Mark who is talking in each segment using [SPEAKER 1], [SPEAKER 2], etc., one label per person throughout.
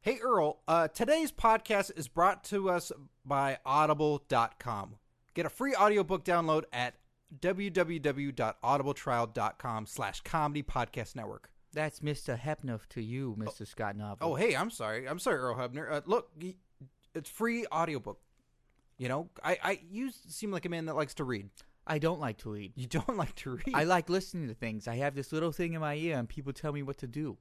[SPEAKER 1] Hey, Earl, uh, today's podcast is brought to us by audible.com. Get a free audiobook download at www.audibletrial.com slash comedy podcast network.
[SPEAKER 2] That's Mr. Hepnuff to you, Mr. Scott Novel.
[SPEAKER 1] Oh, hey, I'm sorry. I'm sorry, Earl Hubner. Uh, look, y- it's free audiobook. You know, I, I you seem like a man that likes to read.
[SPEAKER 2] I don't like to read.
[SPEAKER 1] You don't like to read.
[SPEAKER 2] I like listening to things. I have this little thing in my ear, and people tell me what to do.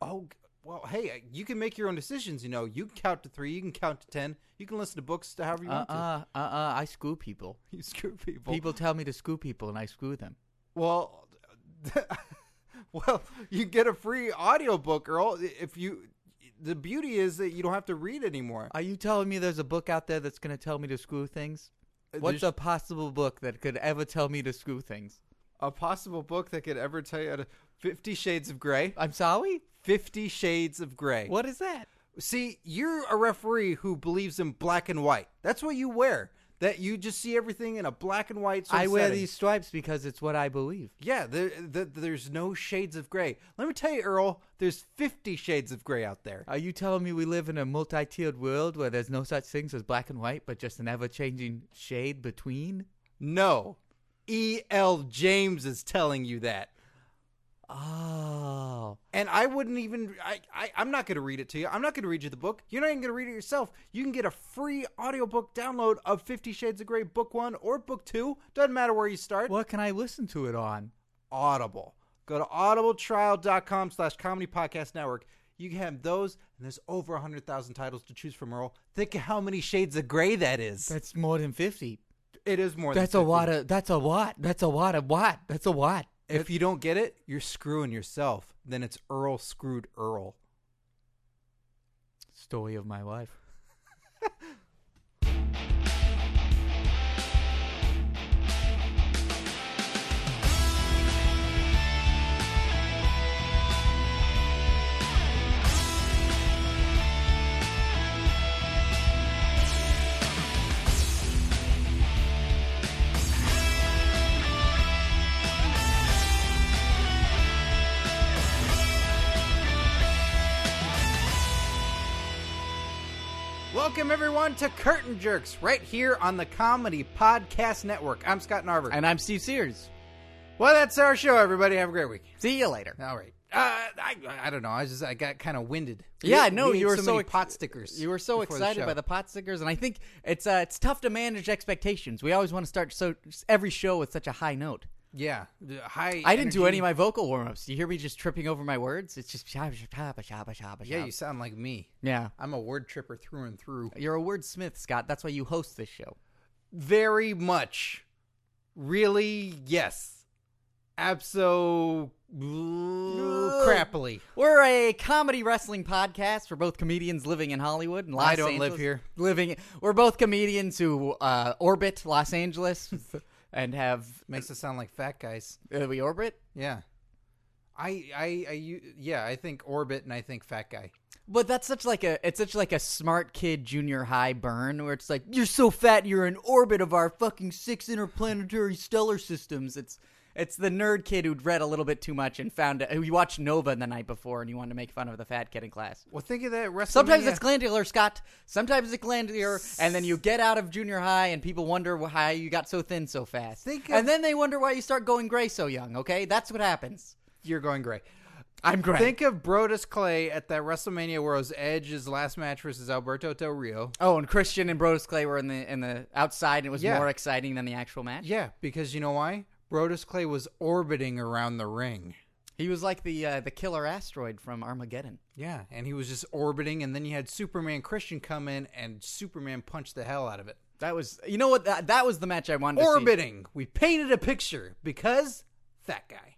[SPEAKER 1] Oh, g- well, hey, uh, you can make your own decisions. You know, you can count to three, you can count to ten, you can listen to books to however you
[SPEAKER 2] Uh
[SPEAKER 1] want
[SPEAKER 2] uh,
[SPEAKER 1] to.
[SPEAKER 2] uh uh. I screw people.
[SPEAKER 1] You screw people.
[SPEAKER 2] People tell me to screw people, and I screw them.
[SPEAKER 1] Well, well, you get a free audiobook, Earl. If you, the beauty is that you don't have to read anymore.
[SPEAKER 2] Are you telling me there's a book out there that's going to tell me to screw things? What's
[SPEAKER 1] Uh, There's
[SPEAKER 2] a possible book that could ever tell me to screw things?
[SPEAKER 1] a possible book that could ever tell you how to- Fifty Shades of Grey?
[SPEAKER 2] I'm sorry?
[SPEAKER 1] Fifty Shades of Grey.
[SPEAKER 2] What is that?
[SPEAKER 1] See, you're a referee who believes in black and white. That's what you wear. That you just see everything in a black and white. Sort
[SPEAKER 2] I
[SPEAKER 1] of
[SPEAKER 2] wear
[SPEAKER 1] setting.
[SPEAKER 2] these stripes because it's what I believe.
[SPEAKER 1] Yeah, there, the, there's no shades of gray. Let me tell you, Earl. There's fifty shades of gray out there.
[SPEAKER 2] Are you telling me we live in a multi-tiered world where there's no such things as black and white, but just an ever-changing shade between?
[SPEAKER 1] No. E.L. James is telling you that.
[SPEAKER 2] Oh,
[SPEAKER 1] And I wouldn't even, I, I, I'm not going to read it to you. I'm not going to read you the book. You're not even going to read it yourself. You can get a free audiobook download of Fifty Shades of Grey, Book One or Book Two. Doesn't matter where you start.
[SPEAKER 2] what can I listen to it on?
[SPEAKER 1] Audible. Go to audibletrial.com slash comedy podcast network. You can have those, and there's over 100,000 titles to choose from, Earl. Think of how many shades of gray that is.
[SPEAKER 2] That's more than fifty.
[SPEAKER 1] It is more
[SPEAKER 2] That's a
[SPEAKER 1] than 50.
[SPEAKER 2] lot of. That's a lot. That's a lot of what? That's a lot.
[SPEAKER 1] If you don't get it, you're screwing yourself. Then it's Earl screwed Earl.
[SPEAKER 2] Story of my life.
[SPEAKER 1] Welcome everyone to Curtain Jerks, right here on the Comedy Podcast Network. I'm Scott Narver.
[SPEAKER 2] And I'm Steve Sears.
[SPEAKER 1] well, that's our show. Everybody have a great week.
[SPEAKER 2] See you later.
[SPEAKER 1] All right. Uh, I I don't know. I just I got kind of winded.
[SPEAKER 2] Yeah,
[SPEAKER 1] We-
[SPEAKER 2] I know
[SPEAKER 1] we ate
[SPEAKER 2] you were so,
[SPEAKER 1] many
[SPEAKER 2] ex-
[SPEAKER 1] pot stickers.
[SPEAKER 2] You were so
[SPEAKER 1] before
[SPEAKER 2] excited
[SPEAKER 1] show.
[SPEAKER 2] by the pot stickers, and I think it's uh, it's tough to manage expectations. We always want to start so every show with such a high note.
[SPEAKER 1] yeah. The high.
[SPEAKER 2] I didn't do
[SPEAKER 1] energy-
[SPEAKER 2] any of my vocal warm ups. You hear me just tripping over my words? It's just shabba shabba shabba shabba.
[SPEAKER 1] Yeah, you
[SPEAKER 2] shabba.
[SPEAKER 1] sound like me.
[SPEAKER 2] yeah.
[SPEAKER 1] I'm a word tripper through and through.
[SPEAKER 2] You're a wordsmith, Scott. That's why you host this show.
[SPEAKER 1] Very much. Really, yes. Abso crappily.
[SPEAKER 2] We're a comedy wrestling podcast. We're both comedians living in Hollywood and Los
[SPEAKER 1] I don't
[SPEAKER 2] Angeles.
[SPEAKER 1] live here.
[SPEAKER 2] Living, we're both comedians who uh, orbit Los Angeles and have
[SPEAKER 1] Makes us sound like fat guys.
[SPEAKER 2] uh, we orbit.
[SPEAKER 1] Yeah. I, I, I, u- yeah, I think orbit and I think fat guy.
[SPEAKER 2] But that's such like a it's such like a smart kid junior high burn where it's like you're so fat you're in orbit of our fucking six interplanetary stellar systems. It's it's the nerd kid who'd read a little bit too much and found who you watched Nova the night before and you wanted to make fun of the fat kid in class.
[SPEAKER 1] Well, think of that WrestleMania.
[SPEAKER 2] Sometimes it's glandular, Scott. Sometimes it's glandular, and then you get out of junior high, and people wonder wh- how you got so thin so fast.
[SPEAKER 1] Think of-
[SPEAKER 2] and then they wonder why you start going gray so young. Okay, that's what happens.
[SPEAKER 1] You're going gray.
[SPEAKER 2] I'm gray.
[SPEAKER 1] Think of Brodus Clay at that WrestleMania where it was Edge's last match versus Alberto Del Rio.
[SPEAKER 2] oh, and Christian and Brodus Clay were in the in the outside, and it was
[SPEAKER 1] Yeah.
[SPEAKER 2] more exciting than the actual match.
[SPEAKER 1] Yeah, because you know why? Brodus Clay was orbiting around the ring.
[SPEAKER 2] He was like the uh, the killer asteroid from Armageddon.
[SPEAKER 1] Yeah, and he was just orbiting, and then you had Superman Christian come in, and Superman punched the hell out of it.
[SPEAKER 2] That was you know what that, that was the match I wanted to see.
[SPEAKER 1] Orbiting. We painted a picture because that guy.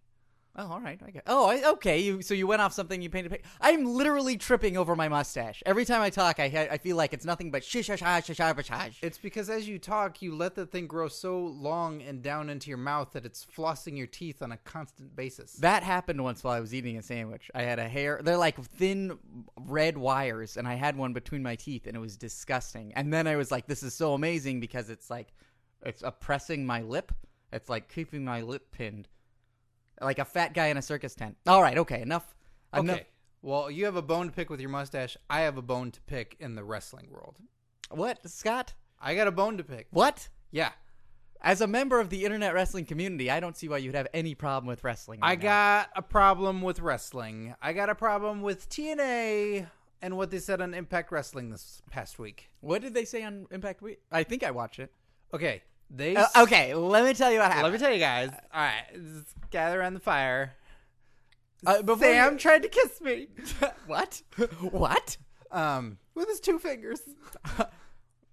[SPEAKER 2] Oh, all right. I get. Oh, I, okay. You, so you went off something you painted. a pic- I'm literally tripping over my mustache every time I talk. I ha- I feel like it's nothing but shish shish shish shish shish.
[SPEAKER 1] It's because as you talk, you let the thing grow so long and down into your mouth that it's flossing your teeth on a constant basis.
[SPEAKER 2] That happened once while I was eating a sandwich. I had a hair. They're like thin red wires, and I had one between my teeth, and it was disgusting. And then I was like, "This is so amazing because it's like it's oppressing my lip. It's like keeping my lip pinned, like a fat guy in a circus tent." All right. Okay. Enough.
[SPEAKER 1] okay.
[SPEAKER 2] Enough.
[SPEAKER 1] Well, you have a bone to pick with your mustache. I have a bone to pick in the wrestling world.
[SPEAKER 2] What, Scott?
[SPEAKER 1] I got a bone to pick.
[SPEAKER 2] What?
[SPEAKER 1] Yeah.
[SPEAKER 2] As a member of the internet wrestling community, I don't see why you'd have any problem with wrestling.
[SPEAKER 1] I
[SPEAKER 2] right now.
[SPEAKER 1] got a problem with wrestling. I got a problem with TNA and what they said on Impact Wrestling this past week.
[SPEAKER 2] What did they say on Impact Week? I think I watched it.
[SPEAKER 1] Okay. They
[SPEAKER 2] Uh, okay, let me tell you what
[SPEAKER 1] Let
[SPEAKER 2] happened.
[SPEAKER 1] me tell you guys. All right, just gather around the fire.
[SPEAKER 2] Uh, before
[SPEAKER 1] Sam
[SPEAKER 2] you-
[SPEAKER 1] tried to kiss me.
[SPEAKER 2] what? what?
[SPEAKER 1] Um, with his two fingers.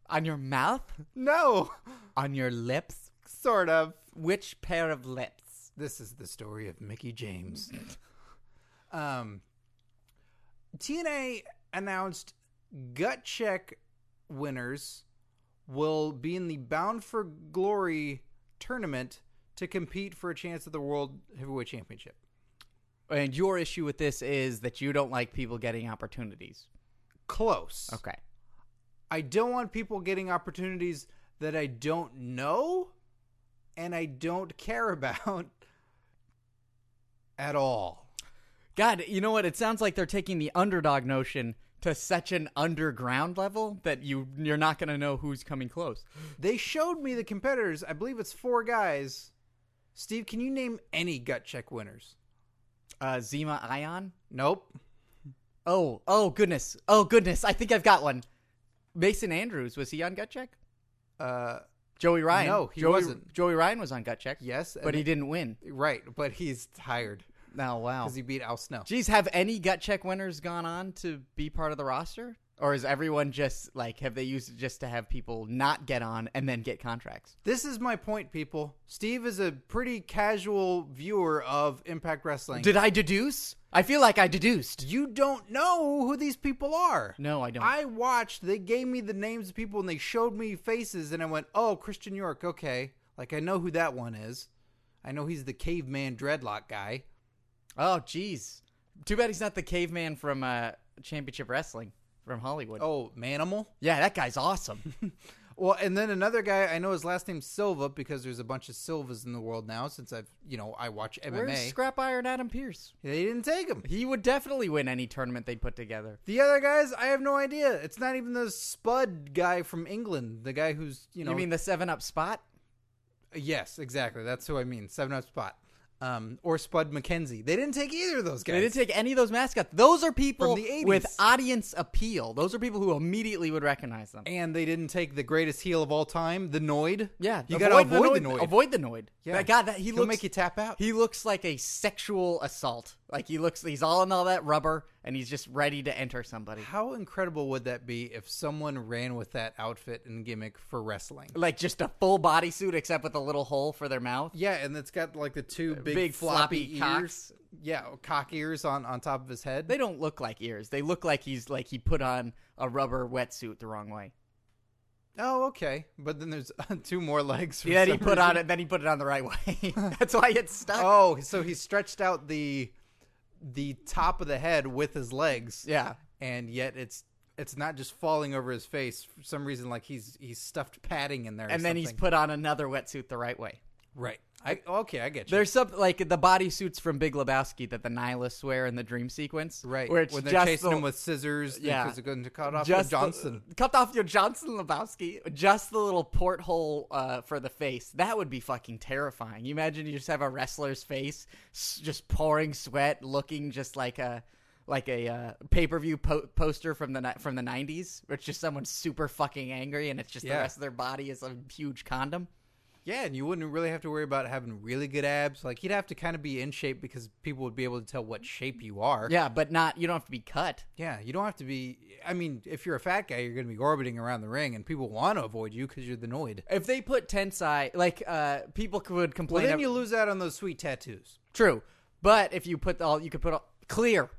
[SPEAKER 2] On your mouth?
[SPEAKER 1] No,
[SPEAKER 2] On your lips?
[SPEAKER 1] sort of.
[SPEAKER 2] Which pair of lips?
[SPEAKER 1] This is the story of Mickey James. um, TNA announced gut check winners will be in the Bound for Glory tournament to compete for a chance at the World Heavyweight Championship.
[SPEAKER 2] And your issue with this is that you don't like people getting opportunities.
[SPEAKER 1] Close.
[SPEAKER 2] Okay.
[SPEAKER 1] I don't want people getting opportunities that I don't know and I don't care about at all.
[SPEAKER 2] God, you know what? It sounds like they're taking the underdog notion to such an underground level that you you're not going to know who's coming close.
[SPEAKER 1] They showed me the competitors. I believe it's four guys. Steve, can you name any gut check winners?
[SPEAKER 2] Uh, Zima Ion.
[SPEAKER 1] Nope.
[SPEAKER 2] Oh, oh goodness. Oh goodness. I think I've got one. Mason Andrews was he on gut check?
[SPEAKER 1] Uh,
[SPEAKER 2] Joey Ryan.
[SPEAKER 1] No, he
[SPEAKER 2] Joey,
[SPEAKER 1] wasn't.
[SPEAKER 2] Joey Ryan was on gut check.
[SPEAKER 1] Yes,
[SPEAKER 2] but
[SPEAKER 1] and-
[SPEAKER 2] he didn't win.
[SPEAKER 1] right, but he's tired
[SPEAKER 2] Oh wow.
[SPEAKER 1] because he beat Al Snow.
[SPEAKER 2] Geez, have any gut check winners gone on to be part of the roster, or is everyone just like have they used it just to have people not get on and then get contracts?
[SPEAKER 1] This is my point, people. Steve is a pretty casual viewer of Impact Wrestling.
[SPEAKER 2] Did I deduce? I feel like I deduced.
[SPEAKER 1] you don't know who these people are.
[SPEAKER 2] No, I don't.
[SPEAKER 1] I watched. They gave me the names of people and they showed me faces, and I went, "Oh, Christian York. Okay, like I know who that one is. I know he's the caveman dreadlock guy.
[SPEAKER 2] oh, jeez. Too bad he's not the caveman from uh, Championship Wrestling from Hollywood.
[SPEAKER 1] Oh, manimal.
[SPEAKER 2] Yeah, that guy's awesome.
[SPEAKER 1] Well, and then another guy. I know his last name's Silva because there's a bunch of Silvas in the world now. Since I've, you know, I watch MMA.
[SPEAKER 2] Where's Scrap Iron Adam Pierce?
[SPEAKER 1] they didn't take him.
[SPEAKER 2] He would definitely win any tournament they put together.
[SPEAKER 1] The other guys, I have no idea. It's not even the Spud guy from England. The guy who's, you know,
[SPEAKER 2] You mean the seven up spot?
[SPEAKER 1] yes, exactly. That's who I mean. Seven Up Spot, um, or Spud McKenzie. They didn't take either of those guys.
[SPEAKER 2] They didn't take any of those mascots. Those are people
[SPEAKER 1] From the 80s.
[SPEAKER 2] with audience appeal. Those are people who immediately would recognize them.
[SPEAKER 1] and they didn't take the greatest heel of all time, the Noid.
[SPEAKER 2] Yeah,
[SPEAKER 1] you gotta avoid the Noid.
[SPEAKER 2] Avoid the Noid.
[SPEAKER 1] Yeah.
[SPEAKER 2] That- God, that, he
[SPEAKER 1] He'll
[SPEAKER 2] looks
[SPEAKER 1] make you tap out.
[SPEAKER 2] He looks like a sexual assault. Like he looks, he's all in all that rubber, and he's just ready to enter somebody.
[SPEAKER 1] How incredible would that be if someone ran with that outfit and gimmick for wrestling?
[SPEAKER 2] Like just a full bodysuit, except with a little hole for their mouth.
[SPEAKER 1] Yeah, and it's got like the two big,
[SPEAKER 2] Uh, big
[SPEAKER 1] floppy,
[SPEAKER 2] floppy cocks.
[SPEAKER 1] ears. Yeah, oh, cock ears on on top of his head.
[SPEAKER 2] They don't look like ears. They look like he's like he put on a rubber wetsuit the wrong way.
[SPEAKER 1] oh, okay. But then there's two more legs. for
[SPEAKER 2] Yeah, then he
[SPEAKER 1] some
[SPEAKER 2] put on
[SPEAKER 1] reason.
[SPEAKER 2] it. Then he put it on the right way. That's why it's stuck.
[SPEAKER 1] Oh, so he stretched out the the top of the head with his legs.
[SPEAKER 2] Yeah.
[SPEAKER 1] and yet it's it's not just falling over his face for some reason. Like he's he's stuffed padding in there, or
[SPEAKER 2] And then he's
[SPEAKER 1] something.
[SPEAKER 2] put on another wetsuit the right way.
[SPEAKER 1] right. I okay, I get you.
[SPEAKER 2] There's some like the bodysuits from Big Lebowski that the nihilists wear in the dream sequence,
[SPEAKER 1] right
[SPEAKER 2] Where it's
[SPEAKER 1] when they're
[SPEAKER 2] just
[SPEAKER 1] chasing
[SPEAKER 2] the-
[SPEAKER 1] him with scissors,
[SPEAKER 2] Yeah.
[SPEAKER 1] because they're going to cut off
[SPEAKER 2] just
[SPEAKER 1] the Johnson.
[SPEAKER 2] the- cut off your Johnson Lebowski. Just the little porthole uh, for the face. That would be fucking terrifying. You imagine you just have a wrestler's face, s- just pouring sweat, looking just like a like a uh, pay per view po- poster from the ni- from the nineties, where it's just someone super fucking angry, and it's just
[SPEAKER 1] Yeah.
[SPEAKER 2] the rest of their body is a huge condom.
[SPEAKER 1] Yeah, and you wouldn't really have to worry about having really good abs. Like you'd have to kind of be in shape because people would be able to tell what shape you are.
[SPEAKER 2] Yeah, but not you don't have to be cut.
[SPEAKER 1] Yeah, you don't have to be. I mean, if you're a fat guy, you're going to be orbiting around the ring, and people want to avoid you because you're the noid.
[SPEAKER 2] If they put tensai, like uh, people could
[SPEAKER 1] Well,
[SPEAKER 2] complain.
[SPEAKER 1] then
[SPEAKER 2] ab-
[SPEAKER 1] you lose out on those sweet tattoos.
[SPEAKER 2] True, but if you put all, you could put all, clear.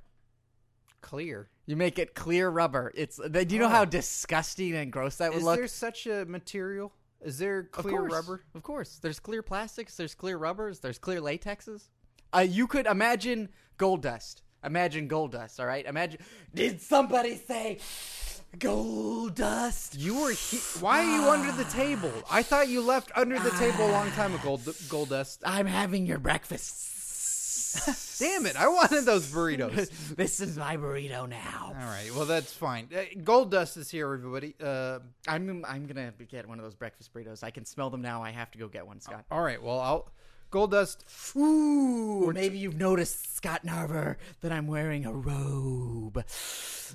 [SPEAKER 1] Clear.
[SPEAKER 2] You make it clear rubber. It's they, do you know how disgusting and gross that would
[SPEAKER 1] Oh. Is
[SPEAKER 2] look?
[SPEAKER 1] there such a material? Is there
[SPEAKER 2] Of
[SPEAKER 1] clear
[SPEAKER 2] course.
[SPEAKER 1] rubber?
[SPEAKER 2] Of course. There's clear plastics. There's clear rubbers. There's clear latexes. Uh, you could imagine gold dust. Imagine gold dust. All right. Imagine. Did somebody say gold dust?
[SPEAKER 1] You were. He- Why are you under the table? I thought you left under the table a long time ago, Gold Goldust.
[SPEAKER 2] I'm having your breakfast.
[SPEAKER 1] Damn it! I wanted those burritos.
[SPEAKER 2] this is my burrito now.
[SPEAKER 1] All right. Well, that's fine. Uh, Gold Dust is here, everybody. Uh,
[SPEAKER 2] I'm I'm gonna get one of those breakfast burritos. I can smell them now. I have to go get one, Scott.
[SPEAKER 1] all right. Well, I'll. Gold Dust.
[SPEAKER 2] Ooh, maybe you've noticed, Scott Narver, that I'm wearing a robe.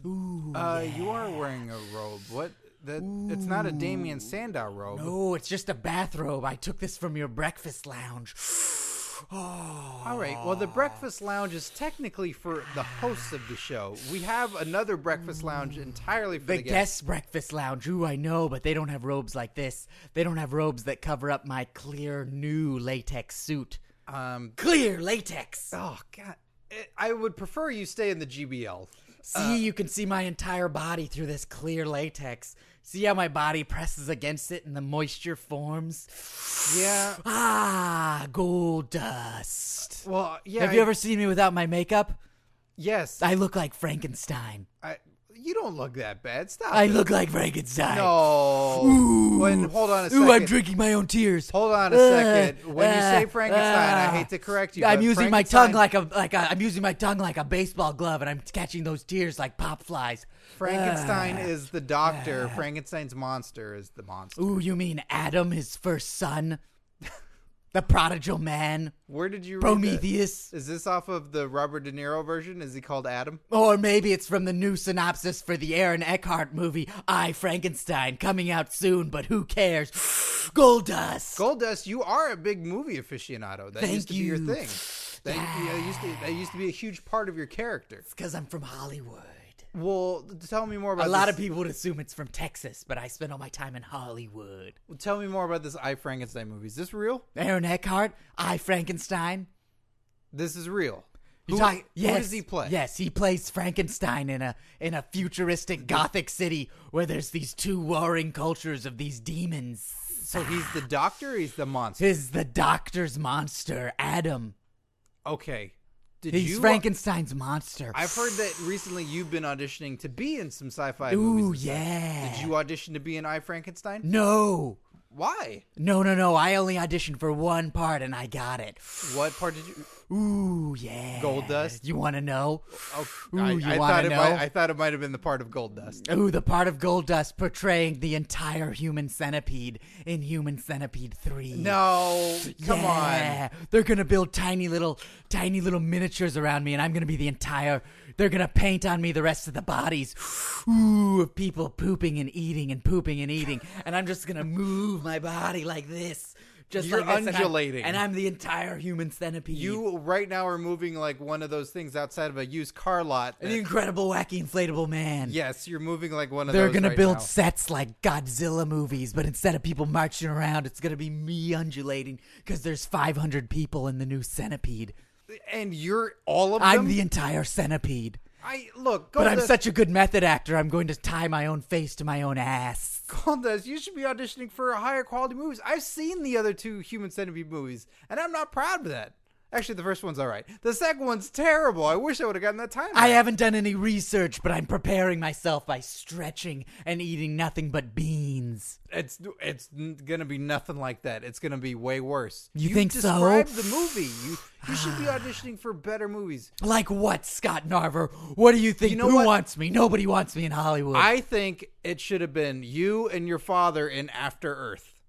[SPEAKER 2] Ooh,
[SPEAKER 1] Uh, You are wearing a robe. What? That it's not a Damien Sandow robe.
[SPEAKER 2] oh, it's just a bathrobe. I took this from your breakfast lounge. Oh,
[SPEAKER 1] All right. Well, the breakfast lounge is technically for the hosts of the show. We have another breakfast lounge entirely for the,
[SPEAKER 2] the guest breakfast lounge. Ooh, I know, but they don't have robes like this. They don't have robes that cover up my clear new latex suit.
[SPEAKER 1] Um.
[SPEAKER 2] Clear latex.
[SPEAKER 1] Oh God. Eh, I would prefer you stay in the GBL. Uh,
[SPEAKER 2] See, you can see my entire body through this clear latex. See how my body presses against it and the moisture forms?
[SPEAKER 1] Yeah.
[SPEAKER 2] Ah, gold dust.
[SPEAKER 1] Well, yeah.
[SPEAKER 2] Have you
[SPEAKER 1] I-
[SPEAKER 2] ever seen me without my makeup?
[SPEAKER 1] Yes.
[SPEAKER 2] I look like Frankenstein.
[SPEAKER 1] I, you don't look that bad. Stop.
[SPEAKER 2] I
[SPEAKER 1] it.
[SPEAKER 2] look like Frankenstein.
[SPEAKER 1] No.
[SPEAKER 2] Ooh.
[SPEAKER 1] When hold on a second.
[SPEAKER 2] Ooh, I'm drinking my own tears.
[SPEAKER 1] Hold on a second. When you say Frankenstein, I hate to correct you,
[SPEAKER 2] Ah, I'm
[SPEAKER 1] but
[SPEAKER 2] using my tongue like a
[SPEAKER 1] Frankenstein-
[SPEAKER 2] like a, I'm using my tongue like a baseball glove, and I'm catching those tears like pop flies.
[SPEAKER 1] Frankenstein is the doctor. Frankenstein's monster is the monster.
[SPEAKER 2] Ooh, you mean Adam, his first son, the prodigal man,
[SPEAKER 1] Where did you read that?
[SPEAKER 2] Prometheus,
[SPEAKER 1] Is this off of the Robert De Niro version? Is he called Adam?
[SPEAKER 2] or maybe it's from the new synopsis for the Aaron Eckhart movie I Frankenstein, coming out soon, but who cares? Gold dust.
[SPEAKER 1] Goldust, you are a big movie aficionado. That
[SPEAKER 2] Thank
[SPEAKER 1] used to be your
[SPEAKER 2] you.
[SPEAKER 1] thing. That, that used to, that used to be a huge part of your character.
[SPEAKER 2] Because I'm from Hollywood.
[SPEAKER 1] Well, tell me more about
[SPEAKER 2] A lot
[SPEAKER 1] this-
[SPEAKER 2] of people would assume it's from Texas, but I spent all my time in Hollywood.
[SPEAKER 1] Tell me more about this I Frankenstein movie. Is this real?
[SPEAKER 2] Aaron Eckhart, I Frankenstein.
[SPEAKER 1] This is real.
[SPEAKER 2] You
[SPEAKER 1] Who,
[SPEAKER 2] talk-
[SPEAKER 1] who does he play?
[SPEAKER 2] Yes, he plays Frankenstein in a in a futuristic gothic city where there's these two warring cultures of these demons.
[SPEAKER 1] So he's the doctor. Or he's the monster.
[SPEAKER 2] Tis the doctor's monster, Adam.
[SPEAKER 1] Okay. Did
[SPEAKER 2] He's
[SPEAKER 1] you? uh,
[SPEAKER 2] Frankenstein's monster.
[SPEAKER 1] I've heard that recently. You've been auditioning to be in some sci-fi movies.
[SPEAKER 2] Ooh,
[SPEAKER 1] and stuff.
[SPEAKER 2] yeah.
[SPEAKER 1] Did you uh, audition to be in I Frankenstein?
[SPEAKER 2] No.
[SPEAKER 1] Why?
[SPEAKER 2] No, no, no. I only auditioned for one part and I got it.
[SPEAKER 1] What part did you?
[SPEAKER 2] Ooh, yeah.
[SPEAKER 1] Gold dust?
[SPEAKER 2] You want to know?
[SPEAKER 1] Oh,
[SPEAKER 2] Ooh,
[SPEAKER 1] I,
[SPEAKER 2] you
[SPEAKER 1] I
[SPEAKER 2] wanna
[SPEAKER 1] thought it
[SPEAKER 2] know?
[SPEAKER 1] might. I thought it might have been the part of Gold Dust.
[SPEAKER 2] Ooh, the part of Gold Dust portraying the entire human centipede in Human Centipede 3.
[SPEAKER 1] No, come on.
[SPEAKER 2] Yeah. They're gonna build tiny little, tiny little miniatures around me, and I'm gonna be the entire. They're gonna paint on me the rest of the bodies, ooh, of people pooping and eating and pooping and eating, and I'm just gonna move my body like this, just
[SPEAKER 1] You're
[SPEAKER 2] like this, and I'm-
[SPEAKER 1] undulating.
[SPEAKER 2] and I'm, the entire human centipede.
[SPEAKER 1] You right now are moving like one of those things outside of a used car lot.
[SPEAKER 2] an
[SPEAKER 1] that-
[SPEAKER 2] incredible, wacky, inflatable man.
[SPEAKER 1] yes, you're moving like one of
[SPEAKER 2] They're
[SPEAKER 1] those.
[SPEAKER 2] gonna
[SPEAKER 1] right
[SPEAKER 2] build
[SPEAKER 1] now.
[SPEAKER 2] sets like Godzilla movies, but instead of people marching around, it's gonna be me undulating because there's 500 people in the new centipede.
[SPEAKER 1] and you're all of
[SPEAKER 2] I'm
[SPEAKER 1] them.
[SPEAKER 2] the entire centipede.
[SPEAKER 1] I look, Gold
[SPEAKER 2] But I'm
[SPEAKER 1] Dust,
[SPEAKER 2] such a good method actor, I'm going to tie my own face to my own ass.
[SPEAKER 1] Gold Dust, You should be auditioning for higher quality movies. I've seen the other two Human Centipede movies, and I'm not proud of that. Actually, the first one's all right. The second one's terrible. I wish I would have gotten that time. right.
[SPEAKER 2] I haven't done any research, but I'm preparing myself by stretching and eating nothing but beans.
[SPEAKER 1] It's it's n- gonna be nothing like that. It's gonna be way worse.
[SPEAKER 2] You think so?
[SPEAKER 1] described the movie. You you should be auditioning for better movies.
[SPEAKER 2] Like what, Scott Narver? What do you think?
[SPEAKER 1] You know
[SPEAKER 2] Who
[SPEAKER 1] what?
[SPEAKER 2] wants me? Nobody wants me in Hollywood.
[SPEAKER 1] I think it should have been you and your father in After Earth,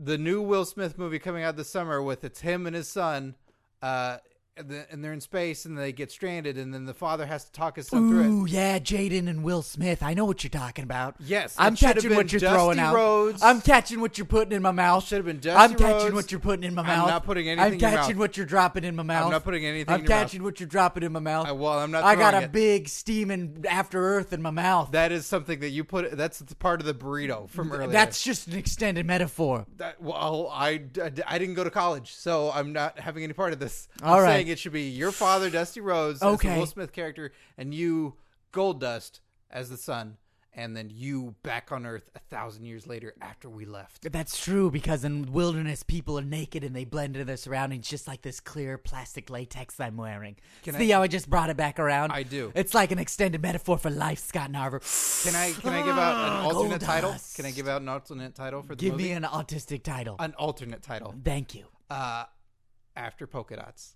[SPEAKER 1] the new Will Smith movie coming out this summer with it's him and his son, uh, and the- and they're in space and they get stranded and then the father has to talk his son through it.
[SPEAKER 2] Ooh, yeah, Jaden and Will Smith. I know what you're talking about.
[SPEAKER 1] Yes,
[SPEAKER 2] I'm
[SPEAKER 1] it should have
[SPEAKER 2] catching
[SPEAKER 1] been
[SPEAKER 2] what you're
[SPEAKER 1] Dusty
[SPEAKER 2] throwing out.
[SPEAKER 1] Rhodes.
[SPEAKER 2] I'm catching what you're putting in my mouth.
[SPEAKER 1] Should have been Dusty
[SPEAKER 2] I'm catching
[SPEAKER 1] Rhodes.
[SPEAKER 2] what you're putting in my
[SPEAKER 1] I'm
[SPEAKER 2] mouth.
[SPEAKER 1] not putting
[SPEAKER 2] I'm
[SPEAKER 1] anything in your
[SPEAKER 2] catching
[SPEAKER 1] mouth.
[SPEAKER 2] what you're dropping in my mouth.
[SPEAKER 1] not putting anything
[SPEAKER 2] I'm
[SPEAKER 1] in your mouth.
[SPEAKER 2] catching what you're dropping in my mouth.
[SPEAKER 1] I- well, I'm not
[SPEAKER 2] I got
[SPEAKER 1] throwing
[SPEAKER 2] a
[SPEAKER 1] it.
[SPEAKER 2] big steaming after earth in my mouth.
[SPEAKER 1] That is something that you put. That's the part of the burrito from earlier.
[SPEAKER 2] That's just an extended metaphor.
[SPEAKER 1] That, well, I, I, I didn't go to college, so I'm not having any part of this.
[SPEAKER 2] All
[SPEAKER 1] I'm
[SPEAKER 2] right.
[SPEAKER 1] saying it should be your father, Dusty Rhodes, as
[SPEAKER 2] Okay.
[SPEAKER 1] the Will Smith character, and you, Gold Dust, as the son, and then you back on Earth a thousand years later after we left.
[SPEAKER 2] That's true because in wilderness people are naked and they blend into their surroundings just like this clear plastic latex I'm wearing.
[SPEAKER 1] Can
[SPEAKER 2] See
[SPEAKER 1] I-
[SPEAKER 2] how I just brought it back around?
[SPEAKER 1] I do.
[SPEAKER 2] It's like an extended metaphor for life, Scott Narver.
[SPEAKER 1] Can I can I give out
[SPEAKER 2] Ah,
[SPEAKER 1] an alternate
[SPEAKER 2] Gold
[SPEAKER 1] title?
[SPEAKER 2] Dust.
[SPEAKER 1] Can I give out an alternate title for the
[SPEAKER 2] Give
[SPEAKER 1] movie?
[SPEAKER 2] me an autistic title.
[SPEAKER 1] an alternate title.
[SPEAKER 2] Thank you.
[SPEAKER 1] Uh, after polka dots.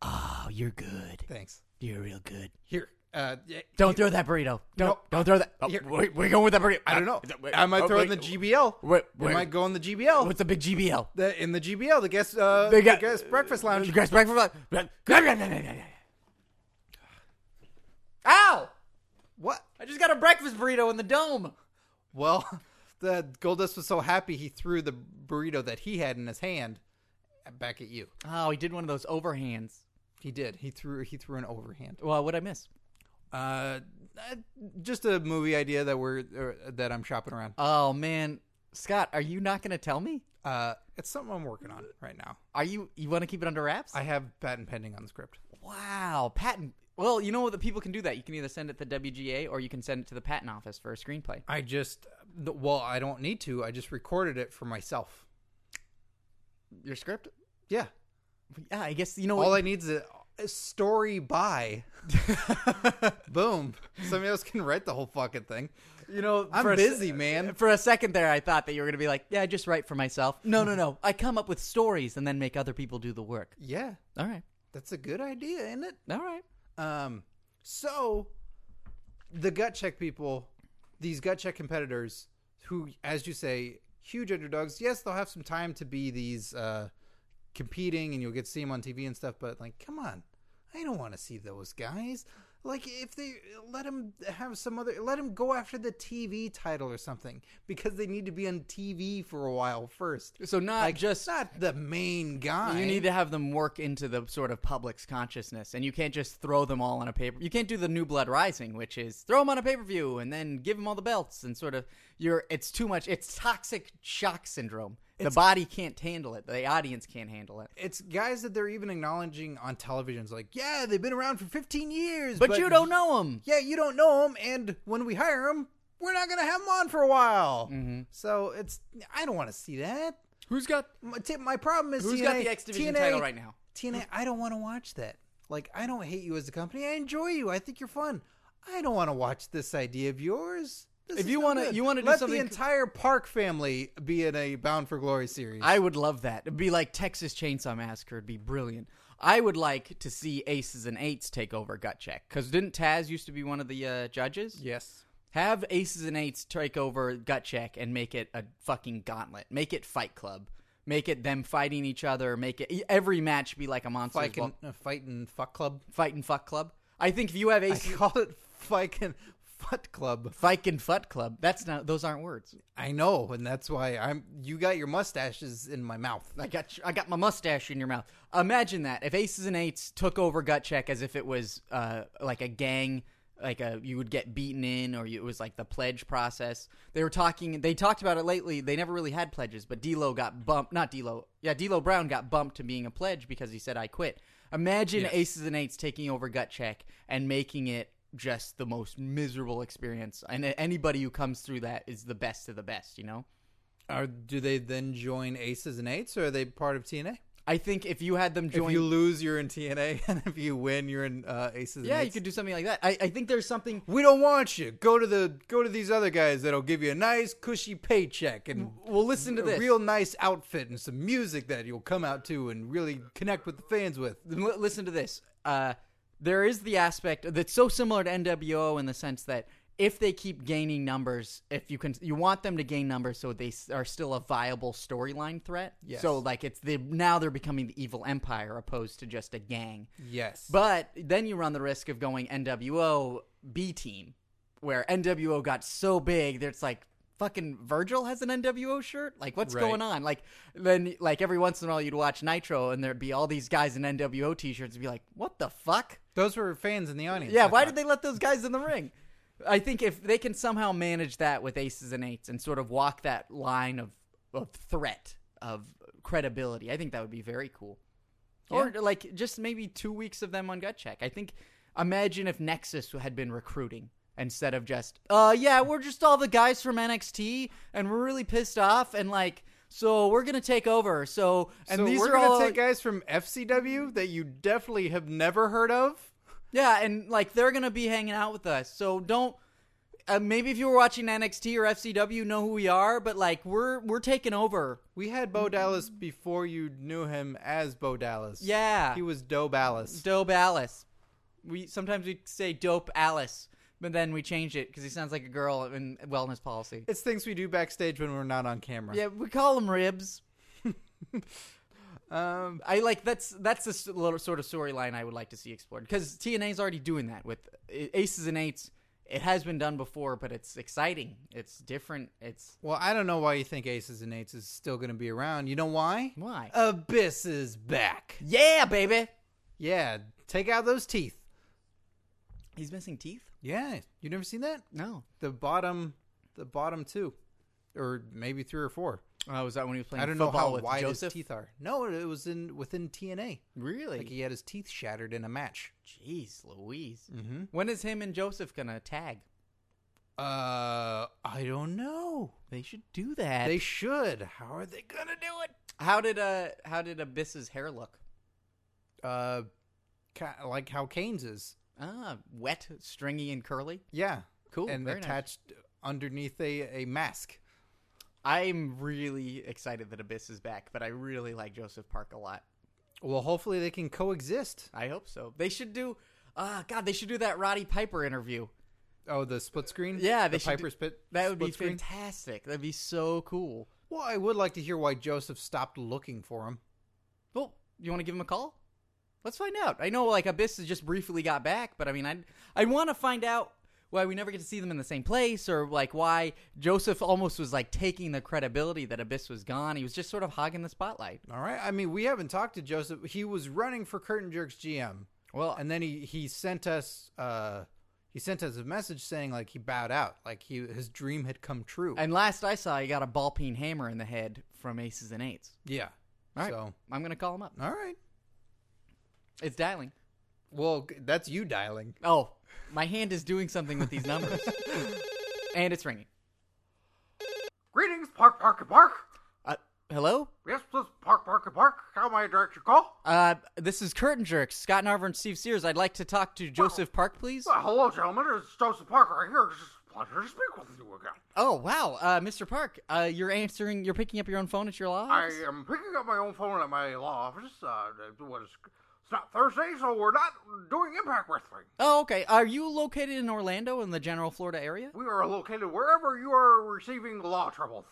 [SPEAKER 2] Oh, you're good.
[SPEAKER 1] Thanks.
[SPEAKER 2] You're real good.
[SPEAKER 1] Here. Uh, yeah,
[SPEAKER 2] Don't throw that burrito. Don't
[SPEAKER 1] Nope.
[SPEAKER 2] don't throw that. Oh,
[SPEAKER 1] Here.
[SPEAKER 2] wait, we're going with that burrito.
[SPEAKER 1] I don't know.
[SPEAKER 2] Uh, wait,
[SPEAKER 1] I might
[SPEAKER 2] oh,
[SPEAKER 1] throw in the
[SPEAKER 2] wait,
[SPEAKER 1] GBL.
[SPEAKER 2] Wait,
[SPEAKER 1] I
[SPEAKER 2] wait.
[SPEAKER 1] might go in the GBL.
[SPEAKER 2] What's the big GBL?
[SPEAKER 1] the, in the GBL, the guest, uh,
[SPEAKER 2] They got-
[SPEAKER 1] the
[SPEAKER 2] uh,
[SPEAKER 1] guest breakfast lounge.
[SPEAKER 2] Grass back for life. Ow!
[SPEAKER 1] What?
[SPEAKER 2] I just got a breakfast burrito in the dome.
[SPEAKER 1] Well, the Goldust was so happy he threw the burrito that he had in his hand back at you.
[SPEAKER 2] Oh, he did one of those overhands.
[SPEAKER 1] He did. He threw. He threw an overhand.
[SPEAKER 2] Well, what'd I miss?
[SPEAKER 1] Uh, uh, just a movie idea that we're er, that I'm shopping around.
[SPEAKER 2] Oh man, Scott, are you not going to tell me?
[SPEAKER 1] Uh, it's something I'm working on right now.
[SPEAKER 2] Are you? You want to keep it under wraps?
[SPEAKER 1] I have patent pending on the script.
[SPEAKER 2] wow, patent. Well, you know what? The people can do that. You can either send it to WGA or you can send it to the patent office for a screenplay.
[SPEAKER 1] I just, the- well, I don't need to. I just recorded it for myself.
[SPEAKER 2] Your script?
[SPEAKER 1] Yeah.
[SPEAKER 2] Yeah, I guess you know
[SPEAKER 1] All
[SPEAKER 2] what.
[SPEAKER 1] I need is a, a story by. Boom. Somebody else can write the whole fucking thing.
[SPEAKER 2] you know,
[SPEAKER 1] I'm
[SPEAKER 2] for a se-
[SPEAKER 1] busy, man.
[SPEAKER 2] For a second there, I thought that you were going to be like, "Yeah, I just write for myself." No, no, no. I come up with stories and then make other people do the work.
[SPEAKER 1] Yeah,
[SPEAKER 2] All right,
[SPEAKER 1] that's a good idea, isn't it?
[SPEAKER 2] all right.
[SPEAKER 1] Um, so the gut check people, these gut check competitors, who, as you say, huge underdogs. Yes, they'll have some time to be these uh, competing, and you'll get to see them on TV and stuff. But like, come on, I don't want to see those guys. Like, if they let them have some other, let them go after the TV title or something because they need to be on TV for a while first.
[SPEAKER 2] So not just
[SPEAKER 1] Not the main guy.
[SPEAKER 2] You need to have them work into the sort of public's consciousness, and you can't just throw them all on a paper. You can't do the New Blood Rising, which is throw them on a pay per view and then give them all the belts and sort of you're. It's too much. It's toxic shock syndrome. the body can't handle it. The audience can't handle it.
[SPEAKER 1] it's guys that they're even acknowledging on television. It's like, yeah, they've been around for 15 years,
[SPEAKER 2] But, you don't know them.
[SPEAKER 1] Yeah, you don't know them, and when we hire them, we're not gonna have them on for a while.
[SPEAKER 2] Mm-hmm.
[SPEAKER 1] So it's I don't want to see that.
[SPEAKER 2] Who's got
[SPEAKER 1] My, t- my problem is
[SPEAKER 2] Who's
[SPEAKER 1] TNA,
[SPEAKER 2] got the X Division
[SPEAKER 1] TNA
[SPEAKER 2] title right now?
[SPEAKER 1] TNA, I don't want to watch that. Like, I don't hate you as a company. I enjoy you. I think you're fun. I don't want to watch this idea of yours. This
[SPEAKER 2] If
[SPEAKER 1] is
[SPEAKER 2] you
[SPEAKER 1] no
[SPEAKER 2] wanna-
[SPEAKER 1] good.
[SPEAKER 2] you wanna do
[SPEAKER 1] let
[SPEAKER 2] something-
[SPEAKER 1] the entire Park family be in a Bound for Glory series.
[SPEAKER 2] I would love that. It'd be like Texas Chainsaw Massacre. It'd be brilliant. I would like to see Aces and Eights take over Gut Check because didn't Taz used to be one of the uh, judges?
[SPEAKER 1] yes.
[SPEAKER 2] Have aces and eights take over gut check and make it a fucking gauntlet. Make it Fight Club. Make it them fighting each other. Make it every match be like a monster
[SPEAKER 1] Like in a fight and fuck club.
[SPEAKER 2] fight and fuck club. I think if you have
[SPEAKER 1] I
[SPEAKER 2] aces,
[SPEAKER 1] call it fucking Fut Club.
[SPEAKER 2] fight and fuck club. That's not those aren't words.
[SPEAKER 1] I know, and that's why I'm. You got your mustaches in my mouth.
[SPEAKER 2] I got I got my mustache in your mouth. Imagine that if aces and eights took over gut check as if it was uh like a gang, like a you would get beaten in or you, it was like the pledge process. They were talking. They talked about it lately. They never really had pledges, but D'Lo got bumped. Not D'Lo. Yeah, D'Lo Brown got bumped to being a pledge because he said I quit. Imagine aces and eights taking over gut check and making it just the most miserable experience. And anybody who comes through that is the best of the best. You know.
[SPEAKER 1] Are, do they then join Aces and Eights, or are they part of TNA?
[SPEAKER 2] I think if you had them
[SPEAKER 1] If
[SPEAKER 2] join
[SPEAKER 1] you lose, you're in TNA, and if you win, you're in uh, Aces.
[SPEAKER 2] Yeah,
[SPEAKER 1] and
[SPEAKER 2] you
[SPEAKER 1] Eights.
[SPEAKER 2] could do something like that. I, I think there's something.
[SPEAKER 1] We don't want you. Go to the go to these other guys that'll give you a nice cushy paycheck and
[SPEAKER 2] Well, listen to
[SPEAKER 1] a
[SPEAKER 2] this.
[SPEAKER 1] real nice outfit and some music that you'll come out to and really connect with the fans with.
[SPEAKER 2] L- listen to this. Uh, there is the aspect that's so similar to NWO in the sense that if they keep gaining numbers, if you can, you want them to gain numbers so they s- are still a viable storyline threat.
[SPEAKER 1] Yes.
[SPEAKER 2] So like it's the now they're becoming the evil empire opposed to just a gang.
[SPEAKER 1] Yes,
[SPEAKER 2] But then you run the risk of going NWO B team, where NWO got so big that it's like fucking Virgil has an NWO shirt. Like what's
[SPEAKER 1] Right.
[SPEAKER 2] going on? Like then like every once in a while you'd watch Nitro and there'd be all these guys in NWO t-shirts and be like, what the fuck?
[SPEAKER 1] those were fans in the audience.
[SPEAKER 2] Yeah,
[SPEAKER 1] I
[SPEAKER 2] why
[SPEAKER 1] thought.
[SPEAKER 2] did they let those guys in the ring? I think if they can somehow manage that with aces and eights and sort of walk that line of of threat of credibility, I think that would be very cool. Or like just maybe two weeks of them on gut check. I think imagine if Nexus had been recruiting instead of just uh yeah we're just all the guys from NXT and we're really pissed off and like so we're gonna take over so and
[SPEAKER 1] so
[SPEAKER 2] these
[SPEAKER 1] we're
[SPEAKER 2] are
[SPEAKER 1] gonna
[SPEAKER 2] all
[SPEAKER 1] take guys from FCW that you definitely have never heard of.
[SPEAKER 2] Yeah, and like they're gonna be hanging out with us, so don't. uh, maybe if you were watching NXT or FCW, know who we are. But like, we're we're taking over.
[SPEAKER 1] We had Bo Dallas before you knew him as Bo Dallas.
[SPEAKER 2] Yeah,
[SPEAKER 1] He was Doe Ballas.
[SPEAKER 2] Dope Alice. We sometimes we say Dope Alice, but then we change it because he sounds like a girl in wellness policy.
[SPEAKER 1] It's things we do backstage when we're not on camera.
[SPEAKER 2] Yeah, we call him ribs.
[SPEAKER 1] Um,
[SPEAKER 2] I like that's that's the s- little sort of storyline I would like to see explored because TNA is already doing that with A- Aces and Eights. It has been done before, but it's exciting. It's different. It's
[SPEAKER 1] well, I don't know why you think Aces and Eights is still going to be around. You know why?
[SPEAKER 2] why?
[SPEAKER 1] Abyss is back.
[SPEAKER 2] yeah, baby.
[SPEAKER 1] Yeah, take out those teeth.
[SPEAKER 2] He's missing teeth.
[SPEAKER 1] Yeah, you never seen that?
[SPEAKER 2] No.
[SPEAKER 1] The bottom, the bottom two, or maybe three or four.
[SPEAKER 2] Oh, was that when he was playing
[SPEAKER 1] I don't know
[SPEAKER 2] football
[SPEAKER 1] how
[SPEAKER 2] with
[SPEAKER 1] wide
[SPEAKER 2] Joseph?
[SPEAKER 1] his teeth are. No, it was in within TNA.
[SPEAKER 2] Really?
[SPEAKER 1] Like he had his teeth shattered in a match.
[SPEAKER 2] Jeez, Louise.
[SPEAKER 1] Mm-hmm.
[SPEAKER 2] When is him and Joseph gonna tag?
[SPEAKER 1] Uh, I don't know.
[SPEAKER 2] They should do that.
[SPEAKER 1] They should. How are they gonna do it?
[SPEAKER 2] how did uh how did Abyss's hair look?
[SPEAKER 1] Uh, ca- like how Kane's is.
[SPEAKER 2] Ah, wet, stringy, and curly.
[SPEAKER 1] Yeah,
[SPEAKER 2] Cool.
[SPEAKER 1] and
[SPEAKER 2] very nice.
[SPEAKER 1] attached underneath a a mask.
[SPEAKER 2] I'm really excited that Abyss is back, but I really like Joseph Park a lot.
[SPEAKER 1] Well, hopefully they can coexist.
[SPEAKER 2] I hope so. They should do. Ah, God, they should do that Roddy Piper interview.
[SPEAKER 1] Oh, the split screen.
[SPEAKER 2] Yeah, they
[SPEAKER 1] the
[SPEAKER 2] should do-
[SPEAKER 1] Piper's pit.
[SPEAKER 2] That would be
[SPEAKER 1] split screen?
[SPEAKER 2] fantastic. That'd be so cool.
[SPEAKER 1] Well, I would like to hear why Joseph stopped looking for him.
[SPEAKER 2] Well, you want to give him a call? Let's find out. I know, like Abyss has just briefly got back, but I mean, I I want to find out why we never get to see them in the same place, or like why Joseph almost was like taking the credibility that Abyss was gone. He was just sort of hogging the spotlight.
[SPEAKER 1] All right. I mean, we haven't talked to Joseph. He was running for Curtain Jerks GM,
[SPEAKER 2] Well,
[SPEAKER 1] and then he he sent us uh he sent us a message saying like he bowed out, like he his dream had come true.
[SPEAKER 2] and last I saw, he got a ball peen hammer in the head from aces and eights.
[SPEAKER 1] yeah.
[SPEAKER 2] All right,
[SPEAKER 1] So
[SPEAKER 2] I'm gonna call him up.
[SPEAKER 1] all right.
[SPEAKER 2] It's dialing.
[SPEAKER 1] Well, g- that's you dialing.
[SPEAKER 2] Oh, my hand is doing something with these numbers, and it's ringing.
[SPEAKER 3] Greetings, Park Park and Park.
[SPEAKER 2] Uh, hello.
[SPEAKER 3] Yes, this is Park Park and Park. How may I direct your call?
[SPEAKER 2] Uh, this is Curtain Jerks, Scott Narver and Steve Sears. I'd like to talk to Joseph Park, please.
[SPEAKER 3] Well, hello, gentlemen. It's Joseph Parker right here. It's a pleasure to speak with you again.
[SPEAKER 2] Oh wow, uh, Mr. Park, uh, you're answering. You're picking up your own phone at your law.
[SPEAKER 3] I uh,
[SPEAKER 2] office?
[SPEAKER 3] am picking up my own phone at my law office. Uh, it was, it's not Thursday, so we're not doing impact wrestling.
[SPEAKER 2] Oh okay. Are you located in Orlando in the general Florida area?
[SPEAKER 3] We are located wherever you are receiving law troubles.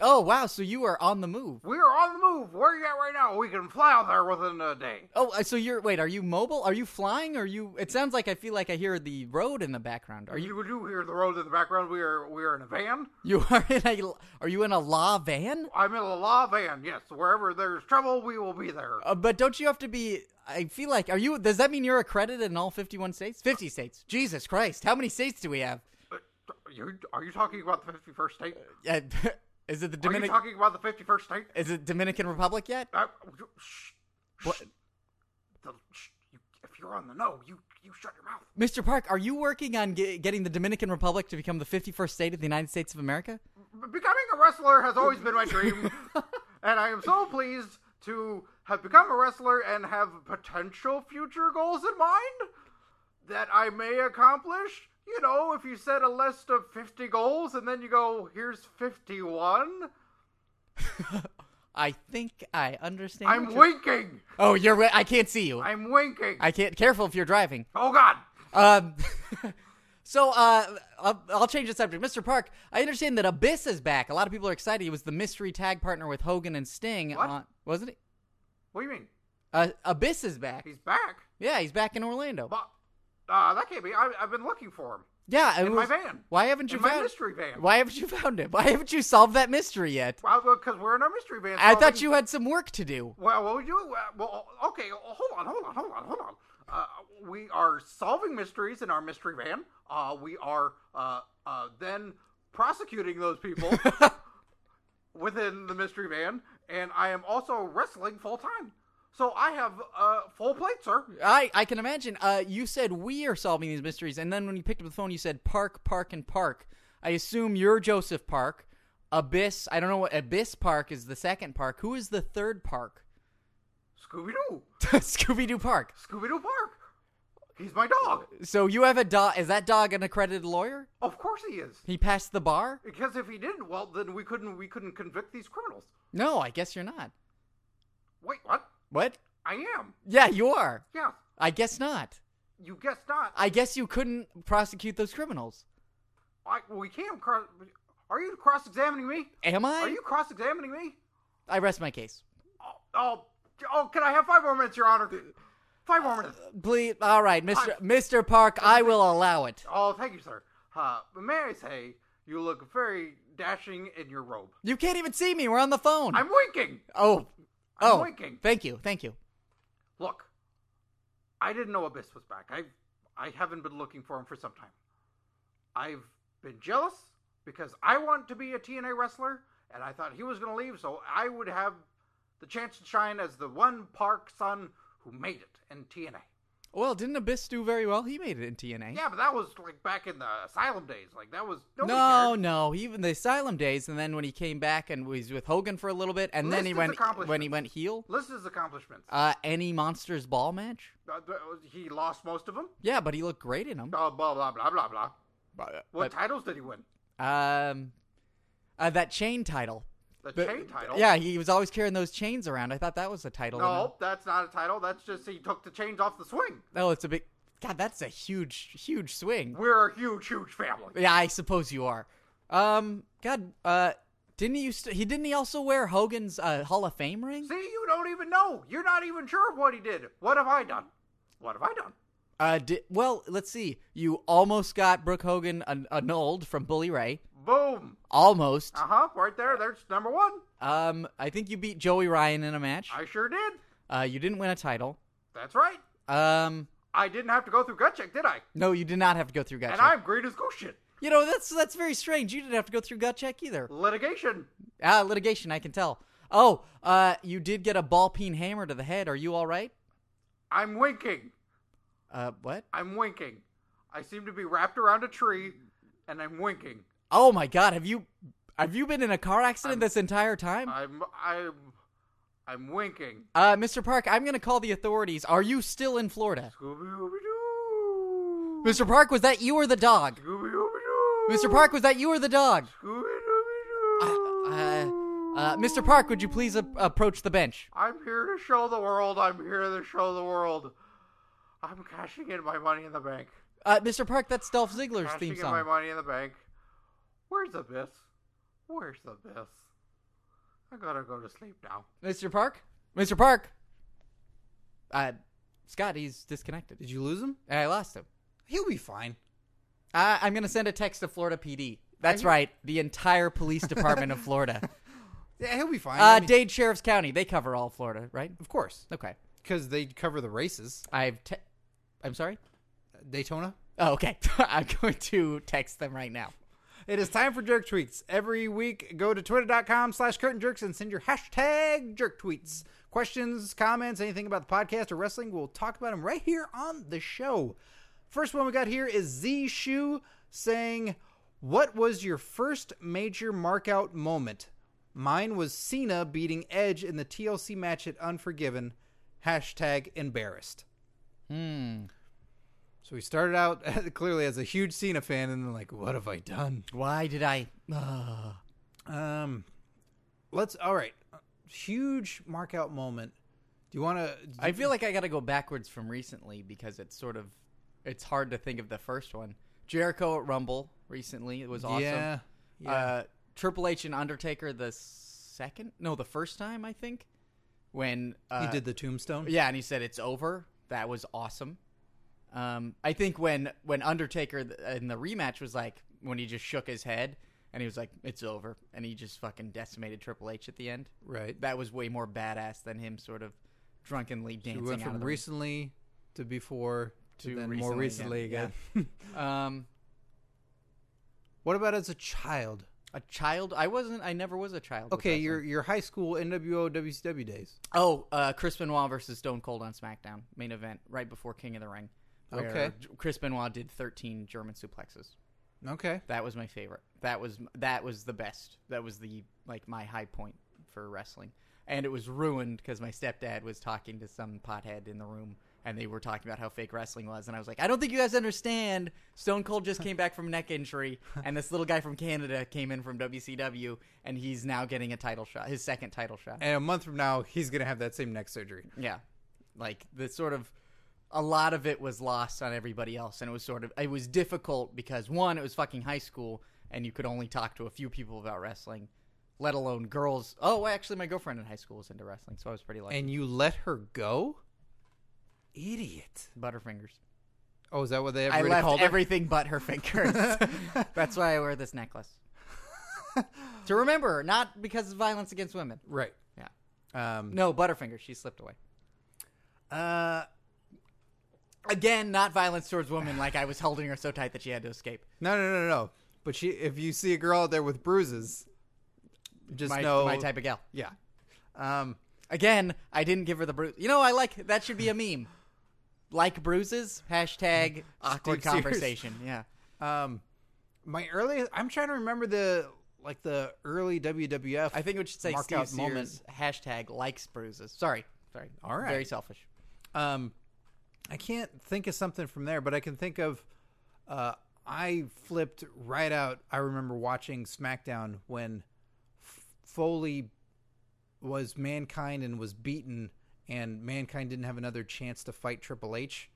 [SPEAKER 2] Oh wow, so you are on the move.
[SPEAKER 3] We are on the move. Where are you at right now? We can fly out there within a day.
[SPEAKER 2] Oh, uh, so you're wait. Are you mobile? Are you flying? Are you? It sounds like I feel like I hear the road in the background. Are you?
[SPEAKER 3] You do hear the roads in the background. We are we are in a van.
[SPEAKER 2] You are in a. Are you in a law van?
[SPEAKER 3] I'm in a law van. Yes, wherever there's trouble, we will be there.
[SPEAKER 2] Uh, but don't you have to be? I feel like are you? Does that mean you're accredited in all 51 states? 50 states. Jesus Christ, how many states do we have?
[SPEAKER 3] Uh, You, are you talking about the 51st state?
[SPEAKER 2] Uh, is it the
[SPEAKER 3] Are you
[SPEAKER 2] Dominican?
[SPEAKER 3] talking about the 51st state?
[SPEAKER 2] Is it Dominican Republic yet?
[SPEAKER 3] Uh, you- shh,
[SPEAKER 2] What?
[SPEAKER 3] the, shh, you, if you're on the no, you, you shut your mouth.
[SPEAKER 2] Mr. Park, are you working on ge- getting the Dominican Republic to become the 51st state of the United States of America?
[SPEAKER 3] B- Becoming a wrestler has always been my dream, and I am so pleased to have become a wrestler and have potential future goals in mind that I may accomplish. You know, if you set a list of 50 goals and then you go, here's 51,
[SPEAKER 2] I think I understand. what
[SPEAKER 3] I'm
[SPEAKER 2] you're-
[SPEAKER 3] winking.
[SPEAKER 2] Oh, you're. wi- I can't see you. I,
[SPEAKER 3] I'm winking.
[SPEAKER 2] can't. Careful if you're driving.
[SPEAKER 3] oh, God.
[SPEAKER 2] Um. so, uh, I'll, I'll change the subject. Mr. Park, I understand that Abyss is back. A lot of people are excited. He was the mystery tag partner with Hogan and Sting.
[SPEAKER 3] What?
[SPEAKER 2] on- wasn't he?
[SPEAKER 3] What do you mean?
[SPEAKER 2] Uh, Abyss is back.
[SPEAKER 3] He's back.
[SPEAKER 2] yeah, he's back in Orlando.
[SPEAKER 3] But uh, that can't be. I, I've been looking for him.
[SPEAKER 2] yeah, it
[SPEAKER 3] in my
[SPEAKER 2] was-
[SPEAKER 3] van.
[SPEAKER 2] Why haven't you
[SPEAKER 3] In my
[SPEAKER 2] found?
[SPEAKER 3] mystery van.
[SPEAKER 2] Why haven't you found him? Why haven't you solved that mystery yet?
[SPEAKER 3] Because we're in our mystery van.
[SPEAKER 2] I
[SPEAKER 3] so
[SPEAKER 2] thought
[SPEAKER 3] think-
[SPEAKER 2] you had some work to do.
[SPEAKER 3] Well, well, we do. Uh, well, okay. oh, Hold on, hold on, hold on, hold on. Uh, we are solving mysteries in our mystery van. Uh, we are uh, uh, then prosecuting those people within the mystery van, and I am also wrestling full time. So I have uh, full plate, sir.
[SPEAKER 2] I, I can imagine. Uh, you said we are solving these mysteries, and then when you picked up the phone, you said Park, Park, and Park. I assume you're Joseph Park. Abyss. I don't know what Abyss Park is. The second park. Who is the third park?
[SPEAKER 3] Scooby Doo,
[SPEAKER 2] Scooby Doo Park.
[SPEAKER 3] Scooby Doo Park. He's my dog.
[SPEAKER 2] So you have a dog. Is that dog an accredited lawyer?
[SPEAKER 3] Of course he is.
[SPEAKER 2] He passed the bar?
[SPEAKER 3] Because if he didn't, well, then we couldn't we couldn't convict these criminals.
[SPEAKER 2] No, I guess you're not.
[SPEAKER 3] Wait, what?
[SPEAKER 2] What?
[SPEAKER 3] I am.
[SPEAKER 2] Yeah, you are.
[SPEAKER 3] Yeah,
[SPEAKER 2] I guess not.
[SPEAKER 3] you guessed not.
[SPEAKER 2] I guess you couldn't prosecute those criminals.
[SPEAKER 3] I, we can't cross. Are you cross-examining me?
[SPEAKER 2] Am I?
[SPEAKER 3] Are you cross-examining me?
[SPEAKER 2] I rest my case.
[SPEAKER 3] Oh, oh, oh, can I have five more minutes, Your Honor? Five more minutes.
[SPEAKER 2] Please, all right, Mr. Mr. Park, I will allow it.
[SPEAKER 3] Oh, thank you, sir. Uh, may I say, you look very dashing in your robe.
[SPEAKER 2] You can't even see me. We're on the phone.
[SPEAKER 3] I'm winking.
[SPEAKER 2] oh, oh,
[SPEAKER 3] winking.
[SPEAKER 2] thank you, thank you.
[SPEAKER 3] Look, I didn't know Abyss was back. I I haven't been looking for him for some time. I've been jealous because I want to be a TNA wrestler, and I thought he was going to leave, so I would have the chance to shine as the one Park son who made it in TNA.
[SPEAKER 2] Well, didn't Abyss do very well? He made it in TNA.
[SPEAKER 3] Yeah, but that was like back in the asylum days. Like that was nobody
[SPEAKER 2] No,
[SPEAKER 3] cared.
[SPEAKER 2] no, even the asylum days, and then when he came back and was with Hogan for a little bit, and then
[SPEAKER 3] List
[SPEAKER 2] he
[SPEAKER 3] his
[SPEAKER 2] went when he
[SPEAKER 3] accomplishments.
[SPEAKER 2] went heel.
[SPEAKER 3] List his accomplishments.
[SPEAKER 2] Uh, any monsters ball match?
[SPEAKER 3] Uh, th- he lost most of them.
[SPEAKER 2] Yeah, but he looked great in them.
[SPEAKER 3] Blah blah blah blah blah blah.
[SPEAKER 2] But,
[SPEAKER 3] What titles did he win?
[SPEAKER 2] um, uh, that chain title.
[SPEAKER 3] The
[SPEAKER 2] But-
[SPEAKER 3] chain title.
[SPEAKER 2] Yeah, he was always carrying those chains around. I thought that was a title. and
[SPEAKER 3] No, that's not a title. That's just he took the chains off the swing.
[SPEAKER 2] then- Oh, it's a big. God, that's a huge, huge swing.
[SPEAKER 3] We're a huge, huge family.
[SPEAKER 2] Yeah, I suppose you are. Um, God, uh, didn't he used to, he didn't he also wear Hogan's uh, Hall of Fame ring?
[SPEAKER 3] See, you don't even know. You're not even sure of what he did. What have I done? What have I done?
[SPEAKER 2] Uh, di- well, let's see. You almost got Brooke Hogan an- annulled from Bully Ray.
[SPEAKER 3] Boom.
[SPEAKER 2] Almost.
[SPEAKER 3] Uh huh. Right there. There's number one.
[SPEAKER 2] Um, I think you beat Joey Ryan in a match.
[SPEAKER 3] I sure did.
[SPEAKER 2] Uh, you didn't win a title.
[SPEAKER 3] That's right.
[SPEAKER 2] Um,
[SPEAKER 3] I didn't have to go through gut check, did I?
[SPEAKER 2] no, you did not have to go through gut
[SPEAKER 3] And
[SPEAKER 2] check.
[SPEAKER 3] I'm great as goose shit.
[SPEAKER 2] You know that's that's very strange. You didn't have to go through gut check either.
[SPEAKER 3] Litigation.
[SPEAKER 2] Ah, litigation. I can tell. Oh, uh, you did get a ball peen hammer to the head. Are you all right?
[SPEAKER 3] I'm winking.
[SPEAKER 2] Uh, what?
[SPEAKER 3] I'm winking. I seem to be wrapped around a tree, and I'm winking.
[SPEAKER 2] Oh my God, have you have you been in a car accident this entire time?
[SPEAKER 3] I'm I'm I'm winking.
[SPEAKER 2] Uh, Mr. Park, I'm gonna call the authorities. Are you still in Florida?
[SPEAKER 3] Scooby-Dooby-Doo.
[SPEAKER 2] Mr. Park, was that you or the dog?
[SPEAKER 3] Scooby-Dooby-Doo.
[SPEAKER 2] Mr. Park, was that you or the dog? Uh,
[SPEAKER 3] Scooby-Dooby-Doo.
[SPEAKER 2] uh, uh, Mr. Park, would you please a- approach the bench?
[SPEAKER 3] I'm here to show the world. I'm here to show the world. I'm cashing in my money in the bank.
[SPEAKER 2] Uh, Mr. Park, that's Dolph Ziggler's
[SPEAKER 3] Cashing
[SPEAKER 2] theme
[SPEAKER 3] in my
[SPEAKER 2] song.
[SPEAKER 3] money in the bank. Where's Abyss? Where's Abyss? I gotta go to sleep now.
[SPEAKER 2] Mr. Park, Mr. Park. Uh, Scott, he's disconnected.
[SPEAKER 1] Did you lose him?
[SPEAKER 2] I lost him.
[SPEAKER 1] He'll be fine.
[SPEAKER 2] Uh, I'm gonna send a text to Florida PD. That's right, the entire police department of Florida.
[SPEAKER 1] Yeah, he'll be fine. I
[SPEAKER 2] Uh,
[SPEAKER 1] mean,
[SPEAKER 2] Dade Sheriff's County. They cover all of Florida, right?
[SPEAKER 1] of course,
[SPEAKER 2] Okay.
[SPEAKER 1] because they cover the races.
[SPEAKER 2] I've. Te- I'm sorry.
[SPEAKER 1] Daytona.
[SPEAKER 2] Oh, okay. I'm going to text them right now.
[SPEAKER 1] It is time for jerk tweets. Every week, go to twitter.com slash curtain jerks and send your hashtag jerk tweets. Questions, comments, anything about the podcast or wrestling, we'll talk about them right here on the show. First one we got here is Z Shu saying, What was your first major markout moment? Mine was Cena beating Edge in the TLC match at Unforgiven. Hashtag embarrassed. So we started out clearly as a huge Cena fan and then, like, what have I done?
[SPEAKER 2] Why did I?
[SPEAKER 1] Um, let's. All right, huge mark out moment. Do you want to?
[SPEAKER 2] I feel like I got to go backwards from recently because it's sort of, it's hard to think of the first one. Jericho at Rumble recently. It was awesome.
[SPEAKER 1] Yeah, yeah.
[SPEAKER 2] Uh, Triple H and Undertaker the second? No, the first time I think when uh,
[SPEAKER 1] he did the tombstone.
[SPEAKER 2] Yeah, and he said it's over. That was awesome. Um, I think when when Undertaker th- in the rematch was like when he just shook his head and he was like it's over and he just fucking decimated Triple H at the end.
[SPEAKER 1] right.
[SPEAKER 2] That was way more badass than him sort of drunkenly
[SPEAKER 1] He
[SPEAKER 2] dancing
[SPEAKER 1] went
[SPEAKER 2] out of
[SPEAKER 1] from
[SPEAKER 2] the
[SPEAKER 1] recently to before to,
[SPEAKER 2] To
[SPEAKER 1] then more
[SPEAKER 2] recently
[SPEAKER 1] recently
[SPEAKER 2] again.
[SPEAKER 1] again.
[SPEAKER 2] um
[SPEAKER 1] what about as a child?
[SPEAKER 2] a child. I wasn't. I never was a child. with
[SPEAKER 1] Okay,
[SPEAKER 2] wrestling.
[SPEAKER 1] your your high school NWO WCW days.
[SPEAKER 2] Oh, uh, Chris Benoit versus Stone Cold on SmackDown main event right before King of the Ring. Where
[SPEAKER 1] Okay.
[SPEAKER 2] J- Chris Benoit did 13 German suplexes.
[SPEAKER 1] Okay,
[SPEAKER 2] That was my favorite. That was that was the best. That was the like my high point for wrestling. And it was ruined because my stepdad was talking to some pothead in the room and they were talking about how fake wrestling was, and I was like, I don't think you guys understand. Stone Cold just came back from neck injury, and this little guy from Canada came in from WCW, and he's now getting a title shot, his second title shot.
[SPEAKER 1] And a month from now, he's gonna have that same neck surgery.
[SPEAKER 2] Yeah. Like the sort of a lot of it was lost on everybody else and it was sort of it was difficult because one, it was fucking high school and you could only talk to a few people about wrestling, let alone girls. Oh, actually my girlfriend in high school was into wrestling, so I was pretty lucky.
[SPEAKER 1] And you let her go? Idiot.
[SPEAKER 2] Butterfingers.
[SPEAKER 1] Oh, is that what they
[SPEAKER 2] I
[SPEAKER 1] everybody
[SPEAKER 2] left
[SPEAKER 1] called her?
[SPEAKER 2] everything but her fingers. That's why I wear this necklace. to remember, not because of violence against women.
[SPEAKER 1] Right.
[SPEAKER 2] Yeah.
[SPEAKER 1] Um,
[SPEAKER 2] No, Butterfinger, she slipped away.
[SPEAKER 1] uh,
[SPEAKER 2] Again, not violence towards women, like I was holding her so tight that she had to escape.
[SPEAKER 1] no, no, no, no. But she, if you see a girl out there with bruises, just
[SPEAKER 2] My,
[SPEAKER 1] know.
[SPEAKER 2] my type of gal.
[SPEAKER 1] Yeah. Um,
[SPEAKER 2] Again, I didn't give her the bruise. You know, I like that should be a meme. Like bruises, hashtag awkward
[SPEAKER 1] serious.
[SPEAKER 2] conversation. Yeah.
[SPEAKER 1] um, my earliest. I'm trying to remember the like the early WWF.
[SPEAKER 2] I think we should say
[SPEAKER 1] Mark
[SPEAKER 2] Steve
[SPEAKER 1] out
[SPEAKER 2] Sears,
[SPEAKER 1] moment.
[SPEAKER 2] hashtag likes bruises. Sorry. Sorry.
[SPEAKER 1] All right.
[SPEAKER 2] Very selfish.
[SPEAKER 1] Um, I can't think of something from there, but I can think of. Uh, I flipped right out. I remember watching SmackDown when F- Foley was Mankind and was beaten, and Mankind didn't have another chance to fight Triple H,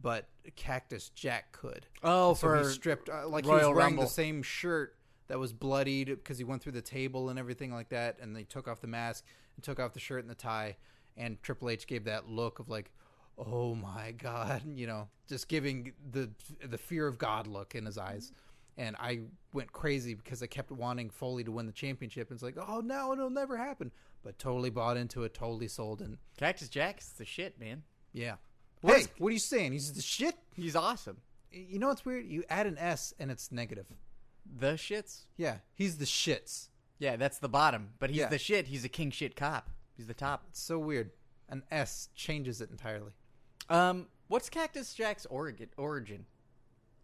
[SPEAKER 1] but Cactus Jack could.
[SPEAKER 2] Oh,
[SPEAKER 1] so he stripped uh, like he
[SPEAKER 2] Royal
[SPEAKER 1] was wearing
[SPEAKER 2] Rumble.
[SPEAKER 1] the same shirt that was bloodied because he went through the table and everything like that and they took off the mask and took off the shirt and the tie and triple h gave that look of like oh my god you know just giving the the fear of god look in his eyes and i went crazy because i kept wanting foley to win the championship and it's like oh no it'll never happen but totally bought into it totally sold and
[SPEAKER 2] Cactus Jack's the shit, man.
[SPEAKER 1] yeah
[SPEAKER 2] What
[SPEAKER 1] hey
[SPEAKER 2] is-
[SPEAKER 1] what are you saying he's the shit
[SPEAKER 2] He's awesome.
[SPEAKER 1] you know what's weird you add an s and it's negative
[SPEAKER 2] The shits.
[SPEAKER 1] yeah, he's the shits.
[SPEAKER 2] Yeah, that's the bottom. But he's
[SPEAKER 1] Yeah.
[SPEAKER 2] the shit. He's a king shit cop. He's the top.
[SPEAKER 1] It's so weird. An S changes it entirely.
[SPEAKER 2] Um, what's Cactus Jack's origin? Origin?